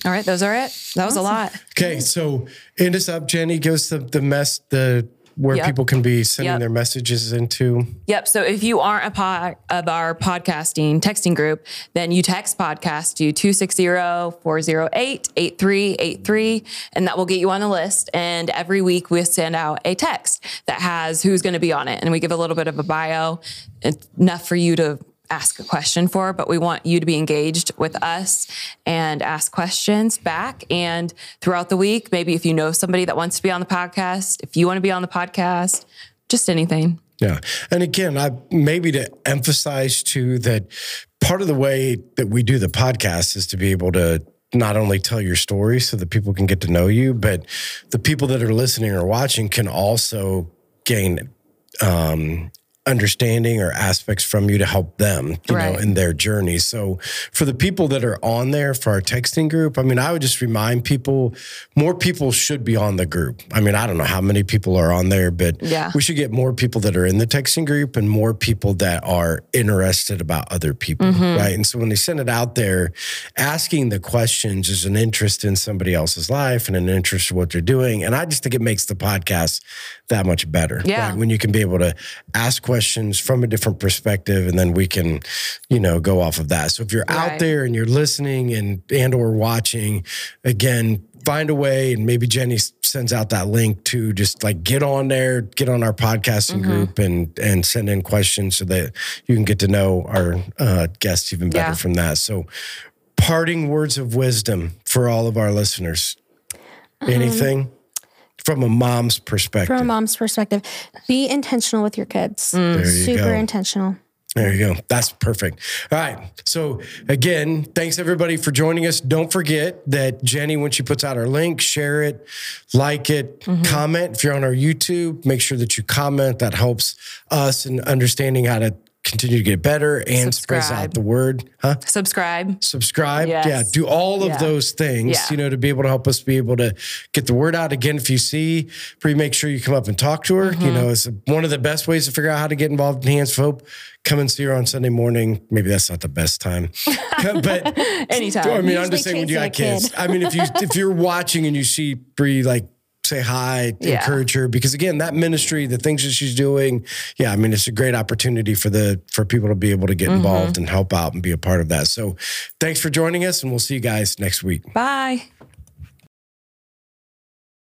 S1: All right. Those are it. That was a lot.
S2: Okay. So end us up, Jenny. Give us the, the mess, the where
S1: Yep.
S2: people can be sending
S1: Yep.
S2: their messages into.
S1: Yep. So if you aren't a part of our podcasting texting group, then you text podcast to 260-408-8383, and that will get you on the list. And every week we send out a text that has who's going to be on it. And we give a little bit of a bio, It's enough for you to ask a question for, but we want you to be engaged with us and ask questions back. And throughout the week, maybe if you know somebody that wants to be on the podcast, if you want to be on the podcast, just anything.
S2: Yeah. And again, I maybe to emphasize too that part of the way that we do the podcast is to be able to not only tell your story so that people can get to know you, but the people that are listening or watching can also gain um understanding or aspects from you to help them you know
S1: Right.
S2: in their journey so for the people that are on there for our texting group i mean i would just remind people more people should be on the group i mean i don't know how many people are on there but
S1: Yeah.
S2: we should get more people that are in the texting group and more people that are interested about other people, right? And so when they send it out there, asking the questions is an interest in somebody else's life and an interest in what they're doing. And I just think it makes the podcast that much better.
S1: Yeah.
S2: When you can be able to ask questions from a different perspective and then we can, you know, go off of that. So if you're out
S1: Right.
S2: there and you're listening and and or watching, again, find a way and maybe Jenny s- sends out that link to just like get on there, get on our podcasting
S1: Mm-hmm.
S2: group and and send in questions so that you can get to know our uh, guests even better
S1: Yeah.
S2: from that. So parting words of wisdom for all of our listeners.
S1: Mm-hmm.
S2: Anything from a mom's perspective.
S3: From a mom's perspective, be intentional with your kids.
S2: There you
S3: Super
S2: go.
S3: intentional.
S2: There you go. That's perfect. All right. So again, thanks everybody for joining us. Don't forget that Jenny, when she puts out her link, share it, like it, comment. If you're on our YouTube, make sure that you comment. That helps us in understanding how to continue to get better and spreads out
S1: Subscribe.
S2: the word. Huh?
S1: subscribe.
S2: subscribe.
S1: Yes.
S2: Yeah, do all of
S1: Yeah.
S2: those things,
S1: Yeah.
S2: you know, to be able to help us be able to get the word out. Again, if you see Bree, make sure you come up and talk to her. You
S1: Mm-hmm.
S2: know, it's one of the best ways to figure out how to get involved in Hands of Hope. Come and see her on Sunday morning. Maybe that's not the best time, but
S1: Anytime.
S2: I mean, I'm
S3: Usually
S2: just saying when you got
S3: chasing a
S2: kids. I mean, if you if you're watching and you see Bree like say hi,
S1: Yeah.
S2: encourage her because again, that ministry, the things that she's doing, yeah, I mean, it's a great opportunity for the for people to be able to get
S3: Mm-hmm.
S2: involved and help out and be a part of that. So, thanks for joining us, and we'll see you guys next week.
S1: Bye.